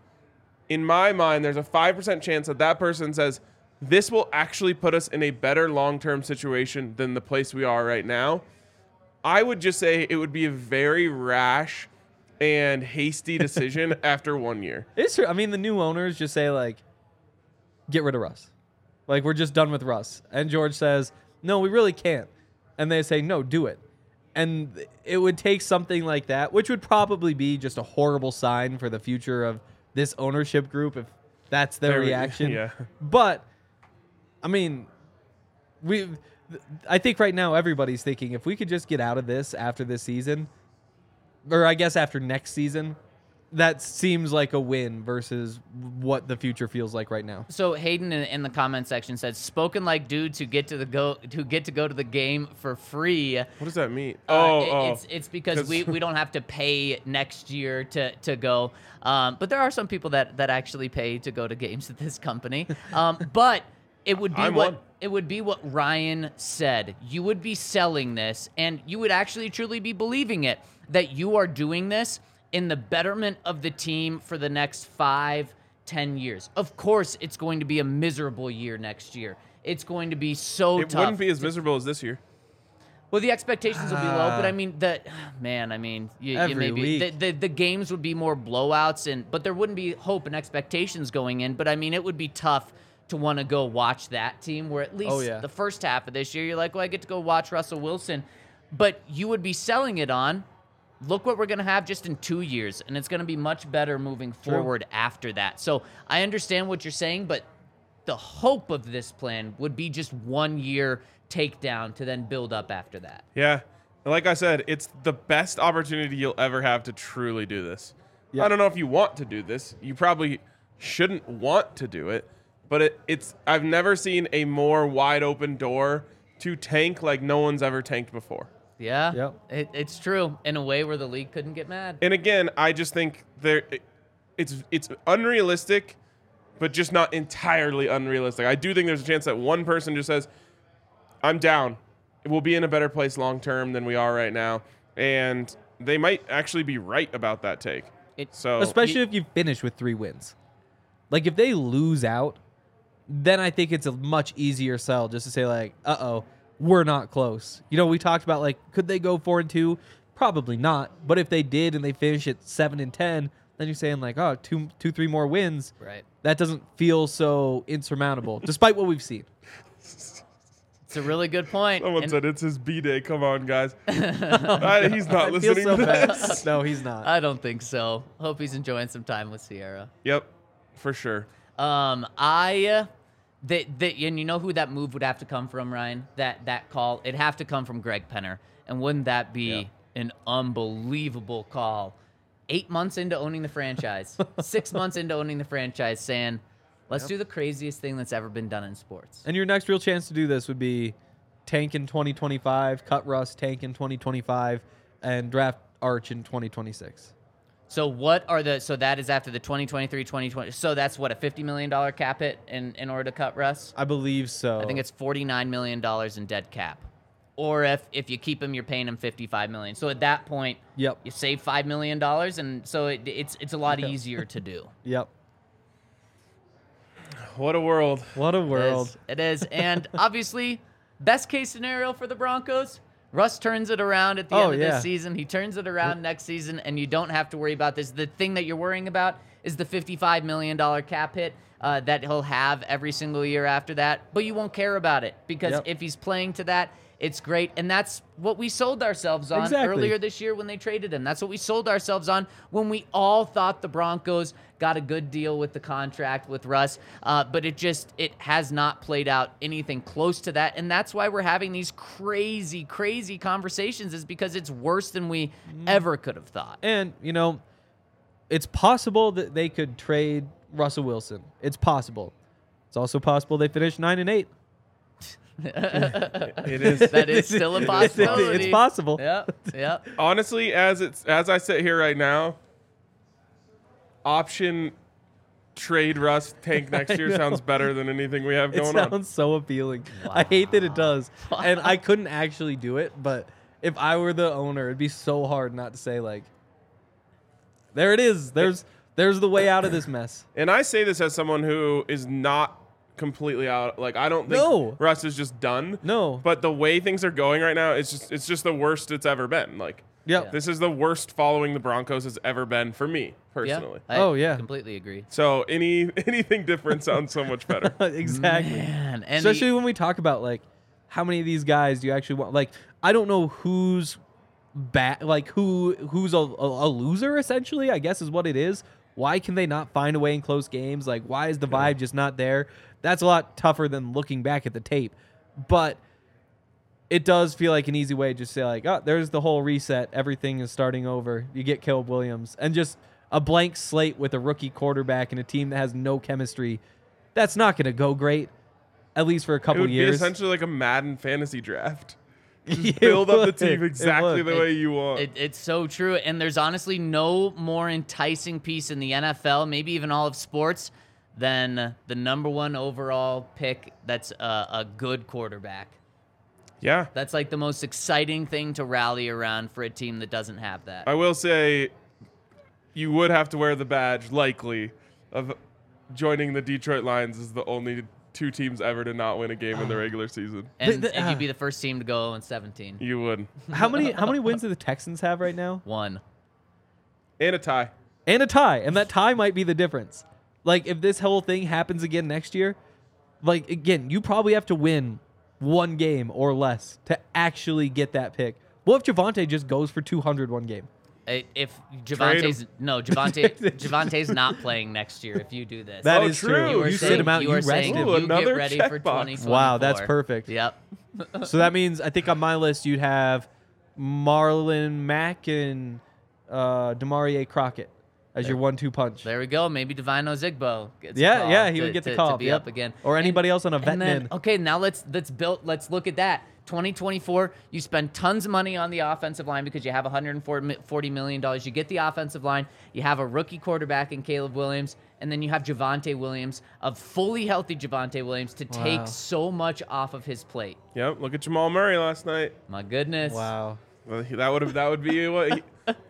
in my mind, there's a five percent chance that that person says this will actually put us in a better long term situation than the place we are right now. I would just say it would be a very rash and hasty decision after one year. It's true. I mean, the new owners just say like, "Get rid of Russ," like we're just done with Russ. And George says, "No, we really can't." And they say, "No, do it." And it would take something like that, which would probably be just a horrible sign for the future of this ownership group if that's their There we- reaction. yeah. But I mean, we. I think right now everybody's thinking if we could just get out of this after this season, or I guess after next season, that seems like a win versus what the future feels like right now. So Hayden in, in the comment section said, "Spoken like dudes who get to the go who get to go to the game for free." What does that mean? Uh, oh, it- oh. it's it's because 'Cause- we, we don't have to pay next year to to go. Um, but there are some people that that actually pay to go to games at this company. Um, but it would be I'm what one. it would be what Ryan said. You would be selling this, and you would actually truly be believing it that you are doing this in the betterment of the team for the next five, ten years. Of course, it's going to be a miserable year next year. It's going to be so it tough. wouldn't be as miserable as this year. Well, the expectations will be low, but I mean the man. I mean, you, you Every maybe The, week. the the games would be more blowouts, and but there wouldn't be hope and expectations going in. But I mean, it would be tough to want to go watch that team. Where at least Oh, yeah. the first half of this year, you're like, well, I get to go watch Russell Wilson, but you would be selling it on. Look what we're gonna have just in two years, and it's gonna be much better moving forward after that. So I understand what you're saying, but the hope of this plan would be just one year takedown to then build up after that. Yeah. And Like I said, it's the best opportunity you'll ever have to truly do this. I don't know if you want to do this. You probably shouldn't want to do it, but it, it's I've never seen a more wide open door to tank like no one's ever tanked before. Yeah. Yep. It, it's true in a way where the league couldn't get mad. And again, I just think there it's it's unrealistic, but just not entirely unrealistic. I do think there's a chance that one person just says, "I'm down. We'll be in a better place long term than we are right now," and they might actually be right about that take. It- so Especially if you finish with three wins. Like if they lose out, then I think it's a much easier sell just to say like, "Uh oh, we're not close." You know, we talked about like, could they go four and two? Probably not. But if they did and they finish at seven and ten, then you're saying like, "Oh, two, two, three more wins." Right. That doesn't feel so insurmountable, despite what we've seen. It's a really good point. someone and said it's his b day. Come on, guys. I- he's not I feel listening so to bad. this. No, he's not. I don't think so. Hope he's enjoying some time with Sierra. Yep, for sure. Um, I uh, that that and you know who that move would have to come from, Ryan. That that call it'd have to come from Greg Penner. And wouldn't that be an unbelievable call? Eight months into owning the franchise, six months into owning the franchise, saying, let's do the craziest thing that's ever been done in sports. And your next real chance to do this would be tank in 2025, cut Russ, tank in 2025, and draft Arch in 2026. So what are the so that is after the 2023 2020 so that's what a 50 million dollar cap hit in in order to cut Russ? I believe so. I think it's 49 million dollars in dead cap. Or if if you keep him you're paying him 55 million. So at that point Yep. you save 5 million dollars and so it, it's it's a lot easier to do. Yep. What a world. What a It is- world. It is. And obviously, best case scenario for the Broncos, Russ turns it around at the Oh, end of yeah. this season. He turns it around next season, and you don't have to worry about this. The thing that you're worrying about is the $55 million cap hit uh, that he'll have every single year after that. But you won't care about it because Yep. if he's playing to that, it's great. And that's what we sold ourselves on Exactly. earlier this year when they traded him. That's what we sold ourselves on when we all thought the Broncos got a good deal with the contract with Russ. Uh, but it just it has not played out anything close to that, and that's why we're having these crazy, crazy conversations. Is because it's worse than we Mm. ever could have thought. And, you know, it's possible that they could trade Russell Wilson. It's possible. It's also possible they finish 9 and 8. It is. That is still a It's, it's- possibility. it's possible. Yep, yep. honestly, as it's as I sit here right now, option trade Russ tank next year sounds better than anything we have It going sounds on. so appealing. I hate that it does. And I couldn't actually do it, but if I were the owner, it'd be so hard not to say like There it is. There's there's the way out of this mess. And I say this as someone who is not completely out. Like I don't think No. Russ is just done. No. But the way things are going right now, it's just it's just the worst it's ever been. Like Yep. this is the worst following the Broncos has ever been for me Yeah, personally. I Oh, yeah. completely agree. So any anything different sounds so much better. exactly. Man, and the- Especially when we talk about like how many of these guys do you actually want like I don't know who's bad like who who's a, a, a loser essentially, I guess is what it is. Why can they not find a way in close games? Like why is the vibe just not there? That's a lot tougher than looking back at the tape. But it does feel like an easy way to just say like, oh, there's the whole reset. Everything is starting over. You get Caleb Williams and just a blank slate with a rookie quarterback and a team that has no chemistry. That's not going to go great, at least for a It couple would be years. essentially like a Madden fantasy draft. It Build up the would. team It exactly would. the way you want. It, it's so true. And there's honestly no more enticing piece in the NFL, maybe even all of sports, than the number one overall pick that's a, a good quarterback. yeah. That's like the most exciting thing to rally around for a team that doesn't have that. I will say you would have to wear the badge, likely, of joining the Detroit Lions as the only two teams ever to not win a game in the regular season. And, the- and ah. you'd uh, be the first team to go 0 17. You would. How many how many wins do the Texans have right now? One. And a tie. And a tie, and that tie might be the difference. Like if this whole thing happens again next year, like again, you probably have to win one game or less to actually get that pick. What if Javante just goes for 200 one game? I- If Trade him. Javante's no Javante, Javante's not playing next year. If you do this, That Oh, is true. You, You sit saying- him out. You, are rest saying him. Ooh, you get another ready for checkbox. 2024. Wow, that's perfect. Yep. Uh-huh. So that means I think on my list you'd have Marlon Mack and uh, Demarie Crockett as your one-two punch. There we go. Maybe Divino Zigbo. Gets Yeah, the call yeah, he to- would get the to- call. to be Yep. up again, Or anybody else on a vet and then, min. Okay, now let's let's build. Let's look at that. 2024, you spend tons of money on the offensive line because you have 140 million dollars. You get the offensive line. You have a rookie quarterback in Caleb Williams, and then you have Javante Williams, a fully healthy Javante Williams, to Wow. take so much off of his plate. Yep. Look at Jamal Murray last night. My goodness. Wow. Well, he- That would have. That would be what he,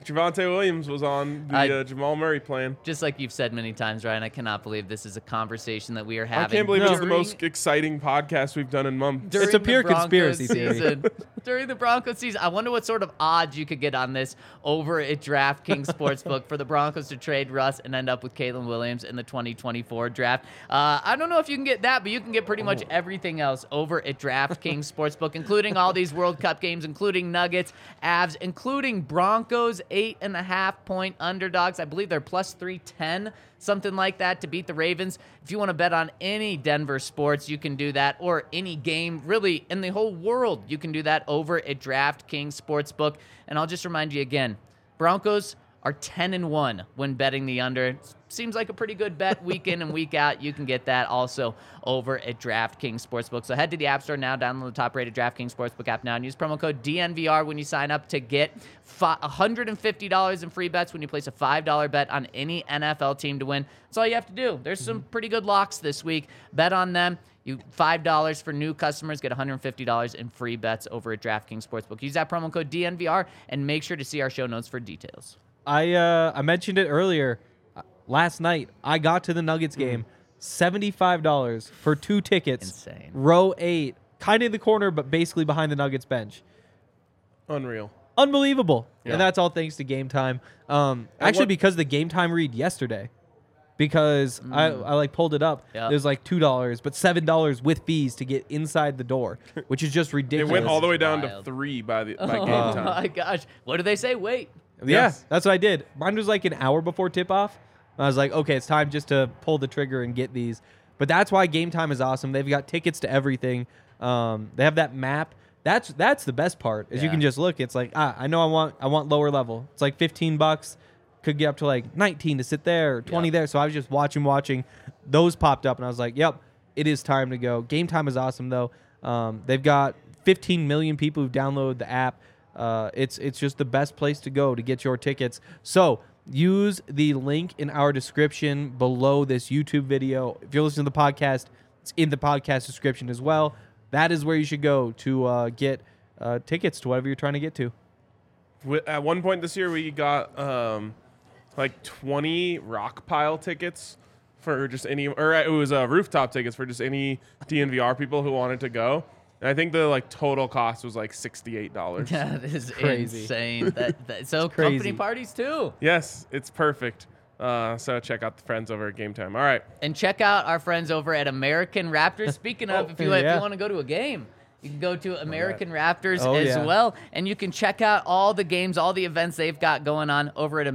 Javante Williams was on the I- uh, Jamal Murray plan. Just like you've said many times, Ryan, I cannot believe this is a conversation that we are having. I can't believe it's the during- most exciting podcast we've done in months. It's a the pure Broncos conspiracy theory. season- during the Broncos season, I wonder what sort of odds you could get on this over at DraftKings Sportsbook for the Broncos to trade Russ and end up with Caleb Williams in the 2024 draft. Uh, I don't know if you can get that, but you can get pretty much Oh. everything else over at DraftKings Sportsbook, including all these World Cup games, including Nuggets, Avs, including Broncos. Broncos, eight and a half point underdogs. I believe they're plus 310, something like that, to beat the Ravens. If you want to bet on any Denver sports, you can do that, or any game, really, in the whole world, you can do that over at DraftKings Sportsbook. And I'll just remind you again Broncos are 10 and 1 when betting the under. Seems like a pretty good bet week in and week out. You can get that also over at DraftKings Sportsbook. So head to the App Store now, download the top rated DraftKings Sportsbook app now, and use promo code DNVR when you sign up to get fi- $150 in free bets when you place a $5 bet on any NFL team to win. That's all you have to do. There's some pretty good locks this week. Bet on them. You five dollars for new customers get $150 in free bets over at DraftKings Sportsbook. Use that promo code DNVR and make sure to see our show notes for details. I uh, I mentioned it earlier. Uh, Last night, I got to the Hmm. Nuggets game, seventy-five dollars for two tickets. Insane. Row eight, kind of in the corner, but basically behind the Nuggets bench. Unreal. Unbelievable. Yeah. And that's all thanks to Game Time. Um, actually, what- because of the Game Time read yesterday, because I, Hmm. I like pulled it up. Yeah. It was like two dollars, but seven dollars with fees to get inside the door, which is just It ridiculous. went all the way down to Wild. three by the by Oh game time. my gosh. What do they say? Wait. Yeah, Yes. that's what I did. Mine was like an hour before tip off. I was like, okay, it's time just to pull the trigger and get these. But that's why game time is awesome. They've got tickets to everything. Um, they have that map. That's that's the best part is you Yeah. can just look. It's like ah, I know I want I want lower level. It's like fifteen bucks. Could get up to like nineteen to sit there or twenty Yeah. there. So I was just watching, watching. Those popped up and I was like, yep, it is time to go. Game time is awesome though. Um, they've got fifteen million people who download the app. Uh, it's it's just the best place to go to get your tickets. So use the link in our description below this YouTube video. If you're listening to the podcast, it's in the podcast description as well. That is where you should go to uh, get uh, tickets to whatever you're trying to get to. Wi- At one point this year, we got um, like 20 rock pile tickets for just any, or it was uh, rooftop tickets for just any DNVR people who wanted to go. And I think the like total cost was like $68. That is Crazy. insane. That, that, so crazy. company parties too. Yes, it's perfect. Uh, so check out the friends over at Game Time. All right. And check out our friends over at American Raptors. Speaking of, if you if yeah. you want to go to a game, you can go to American Raptors Oh, as yeah. well, and you can check out all the games, all the events they've got going on over at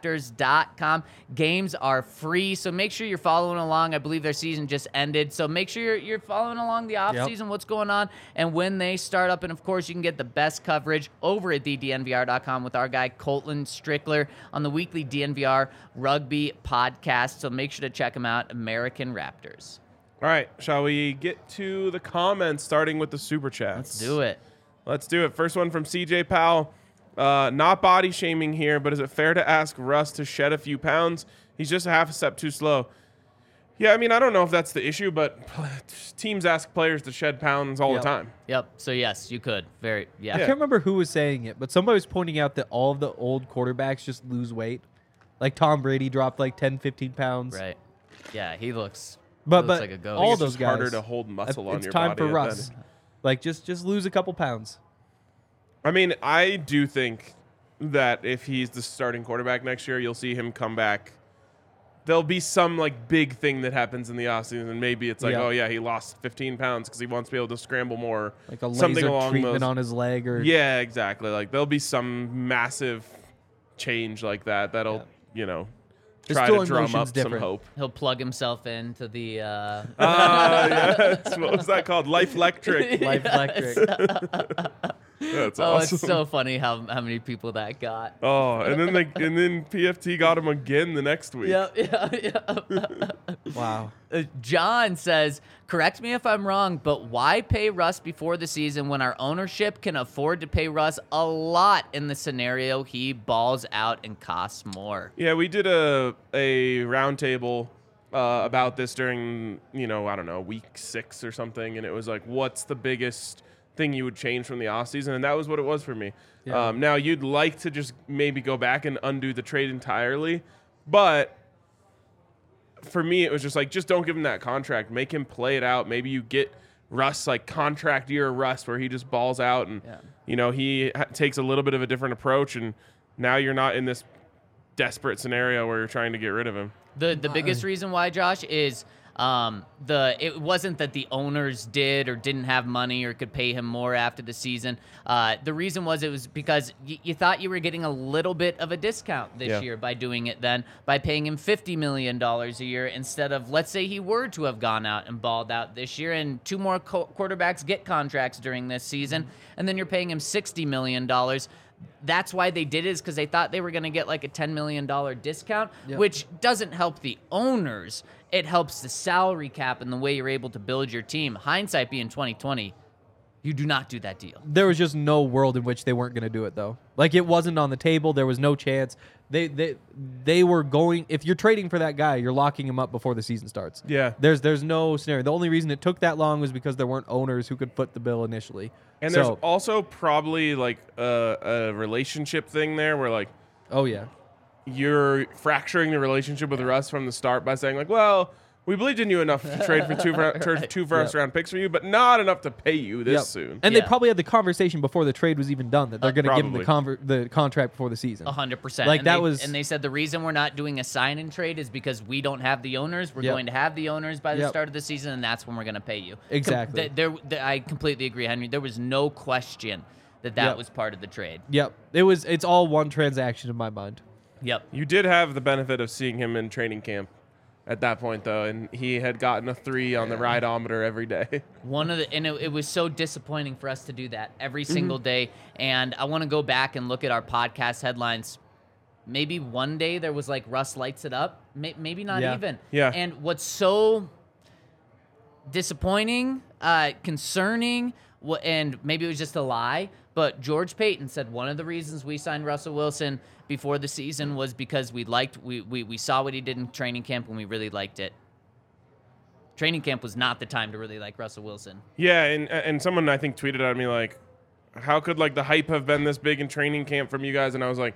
AmericanRaptors.com. Games are free, so make sure you're following along. I believe their season just ended, so make sure you're, you're following along the off season, what's going on, and when they start up. And of course, you can get the best coverage over at thednvr.com with our guy Colton Strickler on the weekly DNVR Rugby podcast. So make sure to check him out, American Raptors. All right. Shall we get to the comments starting with the super chats? Let's do it. Let's do it. First one from CJ Powell. Uh, not body shaming here, but is it fair to ask Russ to shed a few pounds? He's just a half a step too slow. Yeah, I mean, I don't know if that's the issue, but teams ask players to shed pounds all Yep. the time. Yep. So yes, you could. Very yeah. I can't remember who was saying it, but somebody was pointing out that all of the old quarterbacks just lose weight. Like Tom Brady dropped like 10, 15 pounds. Right. Yeah, he looks But but he looks like a ghost. all It's those just guys harder to hold muscle on it's your time body for at Russ. that. Like just just lose a couple pounds. I mean, I do think that if he's the starting quarterback next year, you'll see him come back. There'll be some like big thing that happens in the offseason. Maybe it's like, Yeah. oh yeah, he lost 15 pounds because he wants to be able to scramble more. Like a something laser along treatment those. on his leg or Yeah, exactly. Like there'll be some massive change like that that'll you know His try to throwing drum motion's up some different. hope. He'll plug himself into the uh Ah, yes. What was that called? Life electric. life electric. That's Oh, awesome. it's so funny how how many people that got. Oh, and then they, and then PFT got him again the next week. Yep, yep, yep. wow. Uh, John says, correct me if I'm wrong, but why pay Russ before the season when our ownership can afford to pay Russ a lot in the scenario he balls out and costs more? Yeah, we did a a roundtable uh, about this during you know I don't know week six or something, and it was like, what's the biggest thing you would change from the off season? And that was what it was for me. Um, now you'd like to just maybe go back and undo the trade entirely, but for me it was just like just don't give him that contract, make him play it out. Maybe you get Russ like contract year Russ where he just balls out and Yeah. you know he ha- takes a little bit of a different approach, and now you're not in this desperate scenario where you're trying to get rid of him. The the biggest reason why, Josh, is Um, the it wasn't that the owners did or didn't have money or could pay him more after the season. Uh, the reason was it was because y- you thought you were getting a little bit of a discount this Yeah. year by doing it then by paying him fifty million dollars a year instead of let's say he were to have gone out and balled out this year and two more co- quarterbacks get contracts during this season and then you're paying him sixty million dollars. That's why they did it is because they thought they were going to get like a ten million dollar discount, which doesn't help the owners. It helps the salary cap and the way you're able to build your team. Hindsight being twenty twenty, you do not do that deal. There was just no world in which they weren't going to do it though. Like it wasn't on the table. There was no chance. They they they were going. If you're trading for that guy, you're locking him up before the season starts. Yeah. There's there's no scenario. The only reason it took that long was because there weren't owners who could foot the bill initially. And so, there's also probably like a, a relationship thing there where like oh yeah. you're fracturing the relationship with Russ from the start by saying like, well, we believed in you enough to trade for two fir- trade for two first round picks for you, but not enough to pay you this Yep. soon. Uh, And they Yeah. probably had the conversation before the trade was even done that they're going to give him the probably. conver- the contract before the season. A hundred percent. Like And that they- was- and they said the reason we're not doing a sign and trade is because we don't have the owners. We're Yep. going to have the owners by the Yep. start of the season, and that's when we're going to pay you. Com- Exactly. th- there, th- I completely agree, Henry. There was no question that that Yep. was part of the trade. Yep. It was. It's all one transaction in my mind. Yep. You did have the benefit of seeing him in training camp at that point though, and he had gotten a three on the rideometer every day. One of the and it, it was so disappointing for us to do that every single day. And I want to go back and look at our podcast headlines. Maybe one day there was like Russ lights it up. May, maybe not Yeah. even. Yeah. And what's so disappointing, uh, concerning, wha- and maybe it was just a lie. But George Payton said one of the reasons we signed Russell Wilson before the season was because we liked we we, we saw what he did in training camp and we really liked it. Training camp was not the time to really like Russell Wilson. Yeah, and and someone I think tweeted at me like, "How could like the hype have been this big in training camp from you guys?" And I was like,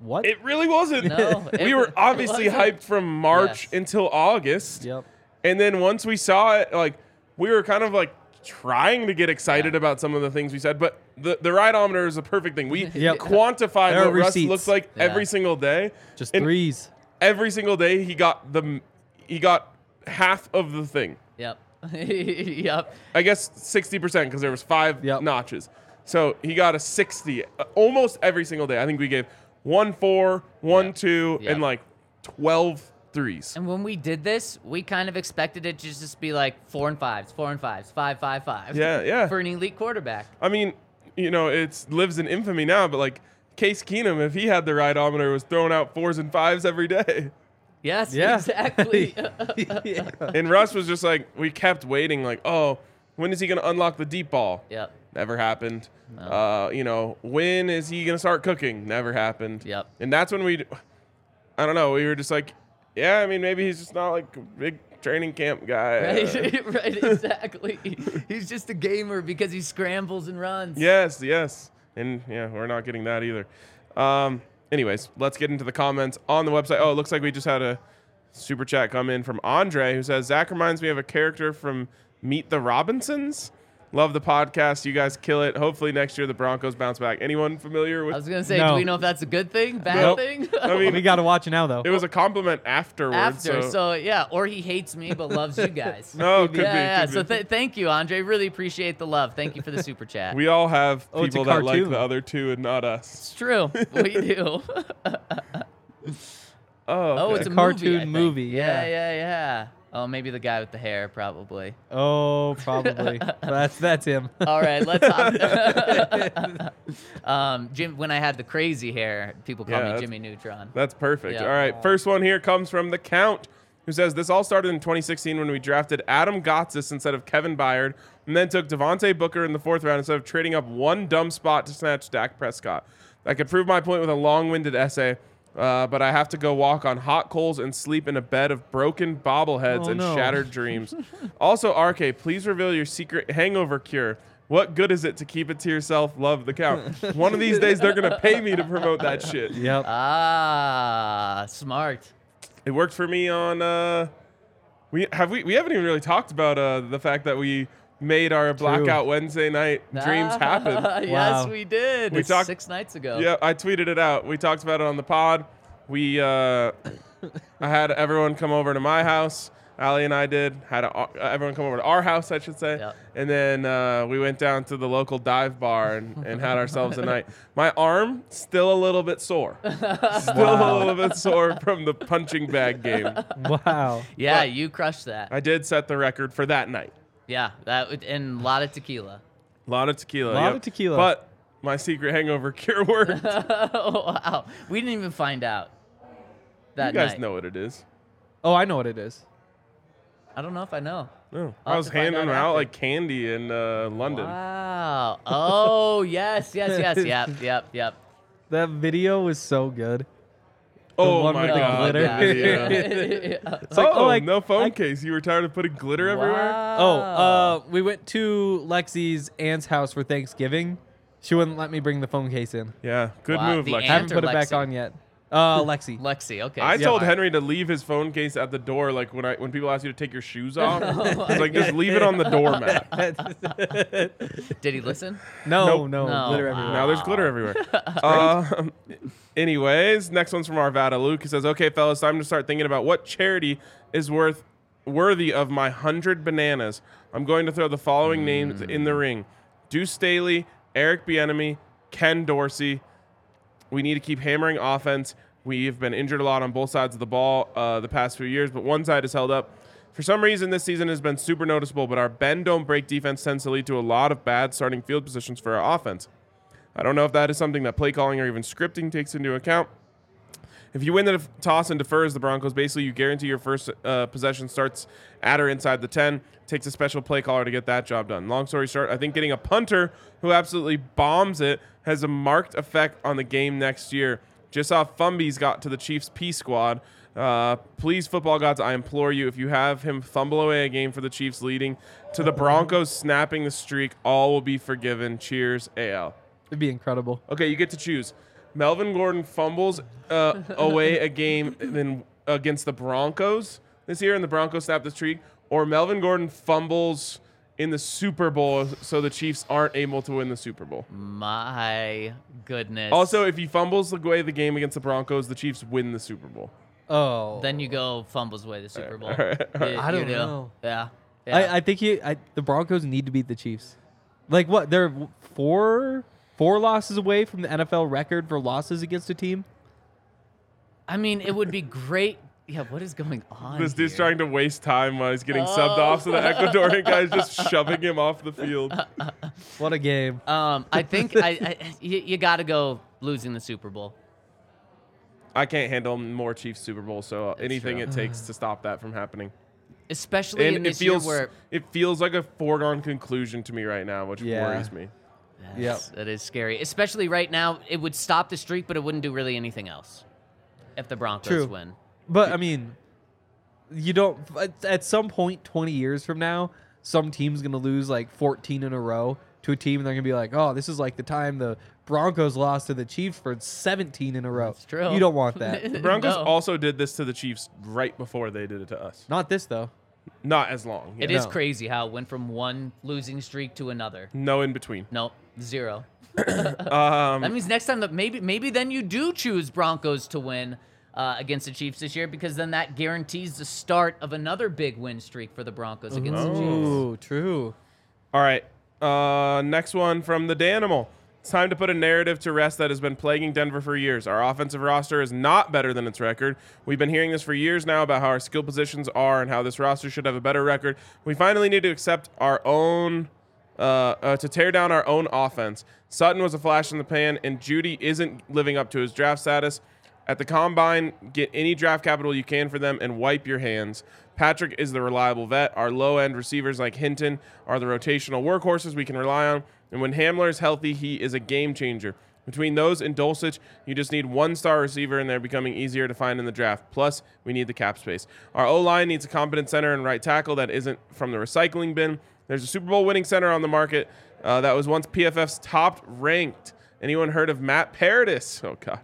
What? "It really wasn't. No, it we wa- were it obviously wasn't. hyped from March Yes. until August. Yep. And then once we saw it, like we were kind of like trying to get excited about some of the things we said, but the the rideometer is the perfect thing. We Yep. quantified There are what Russ receipts. looks like Yeah. every single day. Just And threes. every single day he got the he got half of the thing. Yep. yep. I guess sixty percent because there was five Yep. notches. So he got a sixty uh, almost every single day. I think we gave one four, one two, Yep. and like 12 threes. And when we did this, we kind of expected it to just be like four and fives, four and fives, five, five, five. Yeah, yeah. For an elite quarterback. I mean, you know, it's lives in infamy now, but like Case Keenum, if he had the rideometer, was throwing out fours and fives every day. Yes, Yeah. exactly. And Russ was just like, we kept waiting, like, oh, when is he going to unlock the deep ball? yep. Never happened. Uh, you know, when is he gonna start cooking? Never happened. Yep. And that's when we, I don't know. We were just like, yeah. I mean, maybe he's just not like a big training camp guy. Uh, Right, right, exactly. He's just a gamer because he scrambles and runs. yes, yes. And yeah, we're not getting that either. Um, anyways, let's get into the comments on the website. Oh, it looks like we just had a super chat come in from Andre who says Zach reminds me of a character from Meet the Robinsons. Love the podcast. You guys kill it. Hopefully next year the Broncos bounce back. Anyone familiar with I was gonna say, do No. we know if that's a good thing, bad Nope. thing? I mean, we got to watch it now though. it was a compliment afterwards. After, so, so. yeah, or he hates me but loves you guys. no, it could yeah, be. yeah. could So be. th- thank you, Andre. Really appreciate the love. Thank you for the super chat. we all have Oh, it's a people that like cartoon. the other two and not us. it's true. We do. Oh, Oh, okay. it's a a, movie, I cartoon think. movie, Yeah, yeah. yeah, yeah. Oh, maybe the guy with the hair, probably. oh, probably. that's that's him. All right, let's hop. um, Jim, when I had the crazy hair, people Yeah, call me that's- Jimmy Neutron. That's perfect. Yeah. All right. First one here comes from the Count, who says this all started in 2016 when we drafted Adam Gotsis instead of Kevin Byard, and then took Devontae Booker in the fourth round instead of trading up one dumb spot to snatch Dak Prescott. I could prove my point with a long-winded essay. Uh, but I have to go walk on hot coals and sleep in a bed of broken bobbleheads Oh, and no. shattered dreams. also, RK, please reveal your secret hangover cure. What good is it to keep it to yourself? Love the count. One of these days, they're going to pay me to promote that shit. Yep. uh, Ah, smart. It worked for me on. Uh, we have we we haven't even really talked about uh, the fact that we made our blackout Wednesday night dreams happen. yes, Wow. we did. We It's talked- six nights ago. Yeah, I tweeted it out. We talked about it on the pod. We uh, I had everyone come over to my house. Allie and I did. Had a, uh, everyone come over to our house, I should say. Yep. And then uh, we went down to the local dive bar and, and had ourselves a night. My arm still a little bit sore. Still a little bit sore from the punching bag game. Wow. Yeah, you crushed that. I did set the record for that night. yeah, that would- and a lot of tequila. A lot of tequila. Lot yep. of tequila. But my secret hangover cure worked. you oh wow, we didn't even find out that guys night. know what it is. Oh, I know what it is. I don't know if I know. No. I'll I have was to find handing out them out after. like candy in uh, London. Wow. Oh yes, yes, yes, yep, yep, yep. That video was so good. Oh one my with the god. glitter. the video. Yeah. It's like, oh, oh, like, no phone I- case. You were tired of putting glitter everywhere? Oh, Wow. uh, we went to Lexi's aunt's house for Thanksgiving. She wouldn't let me bring the phone case in. Yeah, good Wow, move, the Lex. Aunt haven't or put it back Lexi? on yet. Uh, Lexi. Lexi. Okay. I so- told Henry to leave his phone case at the door, like when I when people ask you to take your shoes off. Oh It's like just leave it on the doormat. Did he listen? no, Nope. no, No. glitter everywhere. Now there's glitter everywhere. Um, anyways, next one's from Arvada Luke. He says, "Okay, fellas, time to start thinking about what charity is worth worthy of my hundred bananas. I'm going to throw the following names in the ring: Deuce Staley, Eric Bieniemy, Ken Dorsey. We need to keep hammering offense. We've been injured a lot on both sides of the ball uh, the past few years, but one side has held up. For some reason, this season has been super noticeable, but our bend don't break defense tends to lead to a lot of bad starting field positions for our offense. I don't know if that is something that play calling or even scripting takes into account. If you win the def- toss and defers the Broncos, basically you guarantee your first uh, possession starts at or inside the 10. Takes a special play caller to get that job done. Long story short, I think getting a punter who absolutely bombs it has a marked effect on the game next year. Just how Fumby's got to the Chiefs P squad. Uh, please, football gods, I implore you, if you have him fumble away a game for the Chiefs leading to the Broncos snapping the streak, all will be forgiven. Cheers, AL. It'd be incredible. Okay, you get to choose. Melvin Gordon fumbles uh, away a game then against the Broncos this year, and the Broncos snap the streak, or Melvin Gordon fumbles in the Super Bowl, so the Chiefs aren't able to win the Super Bowl. Mm. My goodness. Also, if he fumbles away the game against the Broncos, the Chiefs win the Super Bowl. Oh, then you go fumbles away the Super Bowl. You- I you don't do. know. Yeah. yeah. I, I think he, I, the Broncos need to beat the Chiefs. Like what? They're four four losses away from the NFL record for losses against a team. I mean, it would be great. Yeah. What is going on? This dude's here? trying to waste time while he's getting subbed off, so the Ecuadorian guy's just shoving him off the field. What a game! Um, I think I, I you, you got to go losing the Super Bowl. I can't handle more Chiefs Super Bowl, so anything true. it takes to stop that from happening. especially in and it this feels year where it feels like a foregone conclusion to me right now, which Yeah. worries me. Yes, that is scary. Especially right now, it would stop the streak, but it wouldn't do really anything else if the Broncos True. win. But I mean, you don't. at- At some point, twenty years from now, some team's gonna lose like fourteen in a row to a team, and they're gonna be like, "Oh, this is like the time the Broncos lost to the Chiefs for seventeen in a row." That's true. You don't want that. The Broncos No. also did this to the Chiefs right before they did it to us. Not this though. Not as long. It yeah. is No. crazy how it went from one losing streak to another. no in between. Nope, zero. that means next time that maybe maybe then you do choose Broncos to win uh, against the Chiefs this year because then that guarantees the start of another big win streak for the Broncos against the Chiefs. Ooh, true. All right. Uh, next one from the Danimal. It's time to put a narrative to rest that has been plaguing Denver for years. Our offensive roster is not better than its record. We've been hearing this for years now about how our skill positions are and how this roster should have a better record. We finally need to accept our own. Uh, uh, to tear down our own offense. Sutton was a flash in the pan, and Judy isn't living up to his draft status. At the combine, get any draft capital you can for them and wipe your hands. Patrick is the reliable vet. Our low end receivers like Hinton are the rotational workhorses we can rely on. And when Hamler is healthy, he is a game changer. Between those and Dulcich, you just need one star receiver, and they're becoming easier to find in the draft. Plus, we need the cap space. Our O line needs a competent center and right tackle that isn't from the recycling bin. There's a Super Bowl winning center on the market uh, that was once PFF's top ranked. Anyone heard of Matt Paradis? Oh God,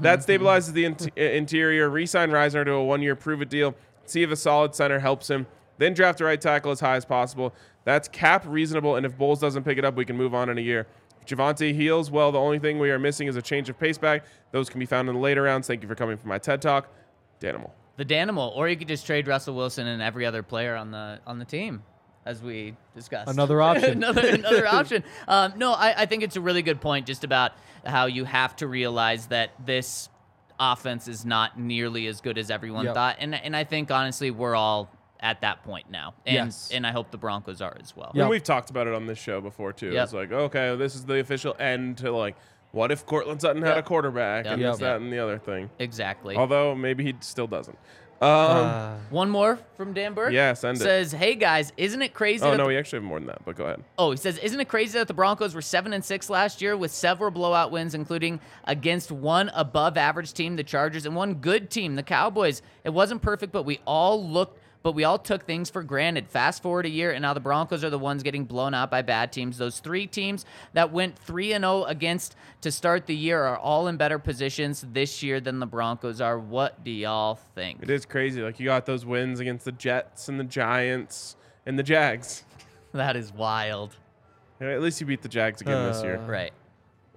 that stabilizes the int- uh, interior. Resign Reisner to a one-year prove-it deal. See if a solid center helps him. Then draft a right tackle as high as possible. That's cap reasonable, and if Bowles doesn't pick it up, we can move on in a year. If Javante heals, well, the only thing we are missing is a change of pace back. Those can be found in the later rounds. Thank you for coming for my TED Talk, Danimal. the Danimal, or you could just trade Russell Wilson and every other player on the on the team, as we discussed. Another option. another another option. Um, no, I, I think it's a really good point just about how you have to realize that this offense is not nearly as good as everyone Yep. thought, and and I think honestly we're all at that point now, and Yes. and I hope the Broncos are as well. Yeah. And we've talked about it on this show before too. Yep. It's like, okay, this is the official end to like, what if Cortland Sutton had a Yep. quarterback and Yep. this, that, and the other thing. Exactly. Although maybe he still doesn't. Um, Uh, One more from Dan Burke. Yeah, send it. Says, "Hey guys, isn't it crazy? oh that no, the- we actually have more than that. But go ahead. oh, he says, isn't it crazy that the Broncos were seven and six last year with several blowout wins, including against one above-average team, the Chargers, and one good team, the Cowboys. It wasn't perfect, but we all looked." But we all took things for granted. Fast forward a year, and now the Broncos are the ones getting blown out by bad teams. Those three teams that went 3 and 0 against to start the year are all in better positions this year than the Broncos are. What do y'all think? It is crazy. Like you got those wins against the Jets and the Giants and the Jags. That is wild. At least you beat the Jags again this year. Right.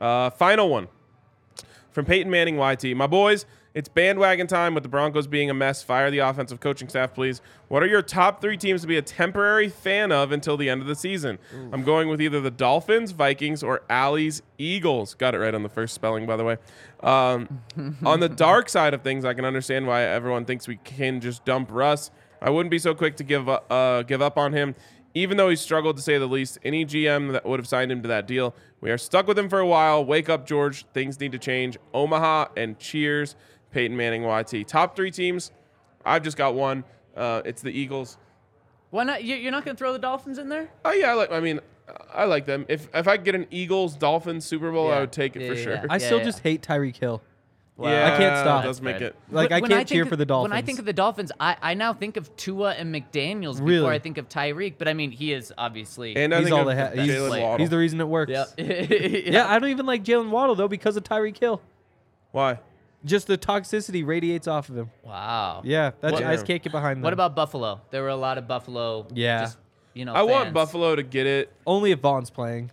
Uh, final one from Peyton Manning YT. My boys, it's bandwagon time with the Broncos being a mess. Fire the offensive coaching staff, please. What are your top three teams to be a temporary fan of until the end of the season? I'm going with either the Dolphins, Vikings, or Allie's Eagles. Got it right on the first spelling, by the way. Um, on the dark side of things, I can understand why everyone thinks we can just dump Russ. I wouldn't be so quick to give up, uh, give up on him. Even though he struggled to say the least, any GM that would have signed him to that deal, we are stuck with him for a while. Wake up, George. Things need to change. Omaha and cheers, Peyton Manning, YT. Top three teams. I've just got one. Uh, it's the Eagles. Why not? You- You're not going to throw the Dolphins in there? Oh yeah, I like. I mean, I like them. If if I could get an Eagles Dolphins Super Bowl, Yeah. I would take it Yeah, for yeah, sure. yeah. Yeah, I still yeah. just hate Tyreek Hill. I can't stop. It does make it. Like When- I when can't cheer think for of- the Dolphins. When I think of the Dolphins, I, I now think of Tua and McDaniels Really? before I think of Tyreek. But I mean, he is obviously. And I he's think all of the ha- he's, Jalen player. Waddle. he's the reason it works. Yep. Yeah, I don't even like Jalen Waddle though because of Tyreek Hill. Why? Just the toxicity radiates off of him. Wow. Yeah, that's What- I just can't get behind that. What about Buffalo? There were a lot of Buffalo. Yeah. Just, you know. I want fans. Buffalo to get it. only if Vaughn's playing?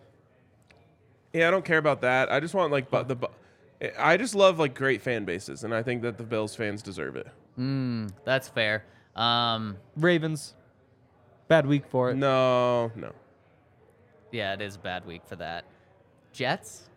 Yeah, I don't care about that. I just want like bu- the. Bu- I just love like great fan bases, and I think that the Bills fans deserve it. That's fair. Um. Ravens. Bad week for it. No, no, Yeah, it is a bad week for that. Jets.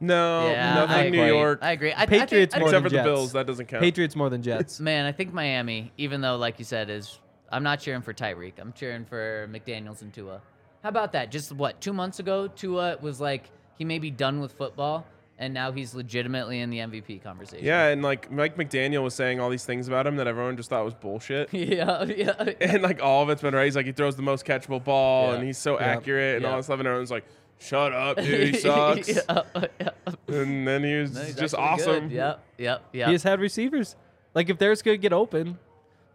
no, yeah. I Oh, nothing. New agree. York, I agree. I, Patriots I think, more I except than for the Jets. Bills. That doesn't count. Patriots more than Jets. Man, I think Miami, even though, like you said, is I'm not cheering for Tyreek. I'm cheering for McDaniels and Tua. How about that? Just what two months ago, Tua was like he may be done with football, and now he's legitimately in the MVP conversation. Yeah, and like Mike McDaniel was saying all these things about him that everyone just thought was bullshit. yeah, yeah. and like all of it's been right. He's like he throws the most catchable ball, Yeah. and he's so accurate, and Yeah. all this stuff. And everyone's like, "Shut up, dude, he sucks." yeah, yeah. And then he was No, he's just actually good. awesome. Yep, yep, yep. He has had receivers. Like if theirs could get open,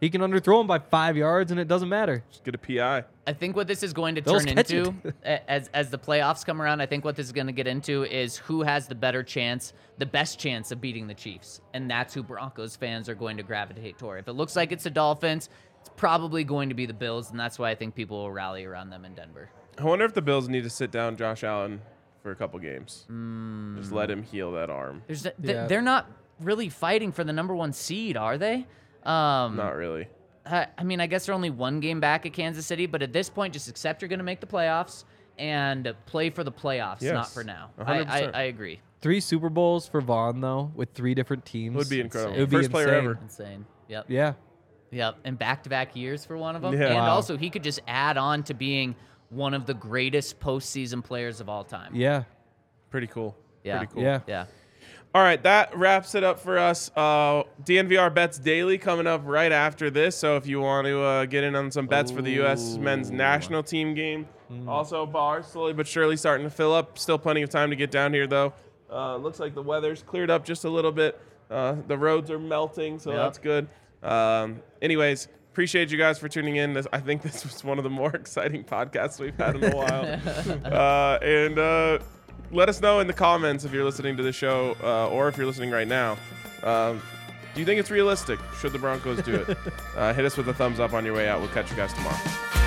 he can underthrow him by five yards and it doesn't matter. Just get a PI. I think what this is going to Those turn catch into a- as as the playoffs come around, I think what this is going to get into is who has the better chance, the best chance of beating the Chiefs, and that's who Broncos fans are going to gravitate toward. If it looks like it's the Dolphins, it's probably going to be the Bills, and that's why I think people will rally around them in Denver. I wonder if the Bills need to sit down Josh Allen for a couple games. Hmm. Just let him heal that arm. There's th- Yeah. they're not really fighting for the number one seed, are they? Um, Not really. I I mean, I guess they're only one game back at Kansas City, but at this point, just accept you're going to make the playoffs and play for the playoffs, not Yes, for now. a I, hundred I, percent. I agree. Three Super Bowls for Vaughn though, with three different teams. Would be incredible. It would be First player insane. ever. Insane. Yep. Yeah. Yep. And back to back years for one of them. Yeah. And Wow. also, he could just add on to being one of the greatest postseason players of all time. Yeah. Pretty cool. Yeah. Pretty cool. Yeah. Yeah. All right, that wraps it up for us. Uh, DNVR bets daily coming up right after this. So if you want to uh, get in on some bets for the U.S. men's national team game, Hmm. also bars slowly but surely starting to fill up. Still plenty of time to get down here though. Uh, looks like the weather's cleared up just a little bit. Uh, the roads are melting, so Yep. that's good. Um, anyways, appreciate you guys for tuning in. This, I think this was one of the more exciting podcasts we've had in a while. uh, and uh, let us know in the comments if you're listening to the show uh, or if you're listening right now. Um, do you think it's realistic? Should the Broncos do it? uh, hit us with a thumbs up on your way out. We'll catch you guys tomorrow.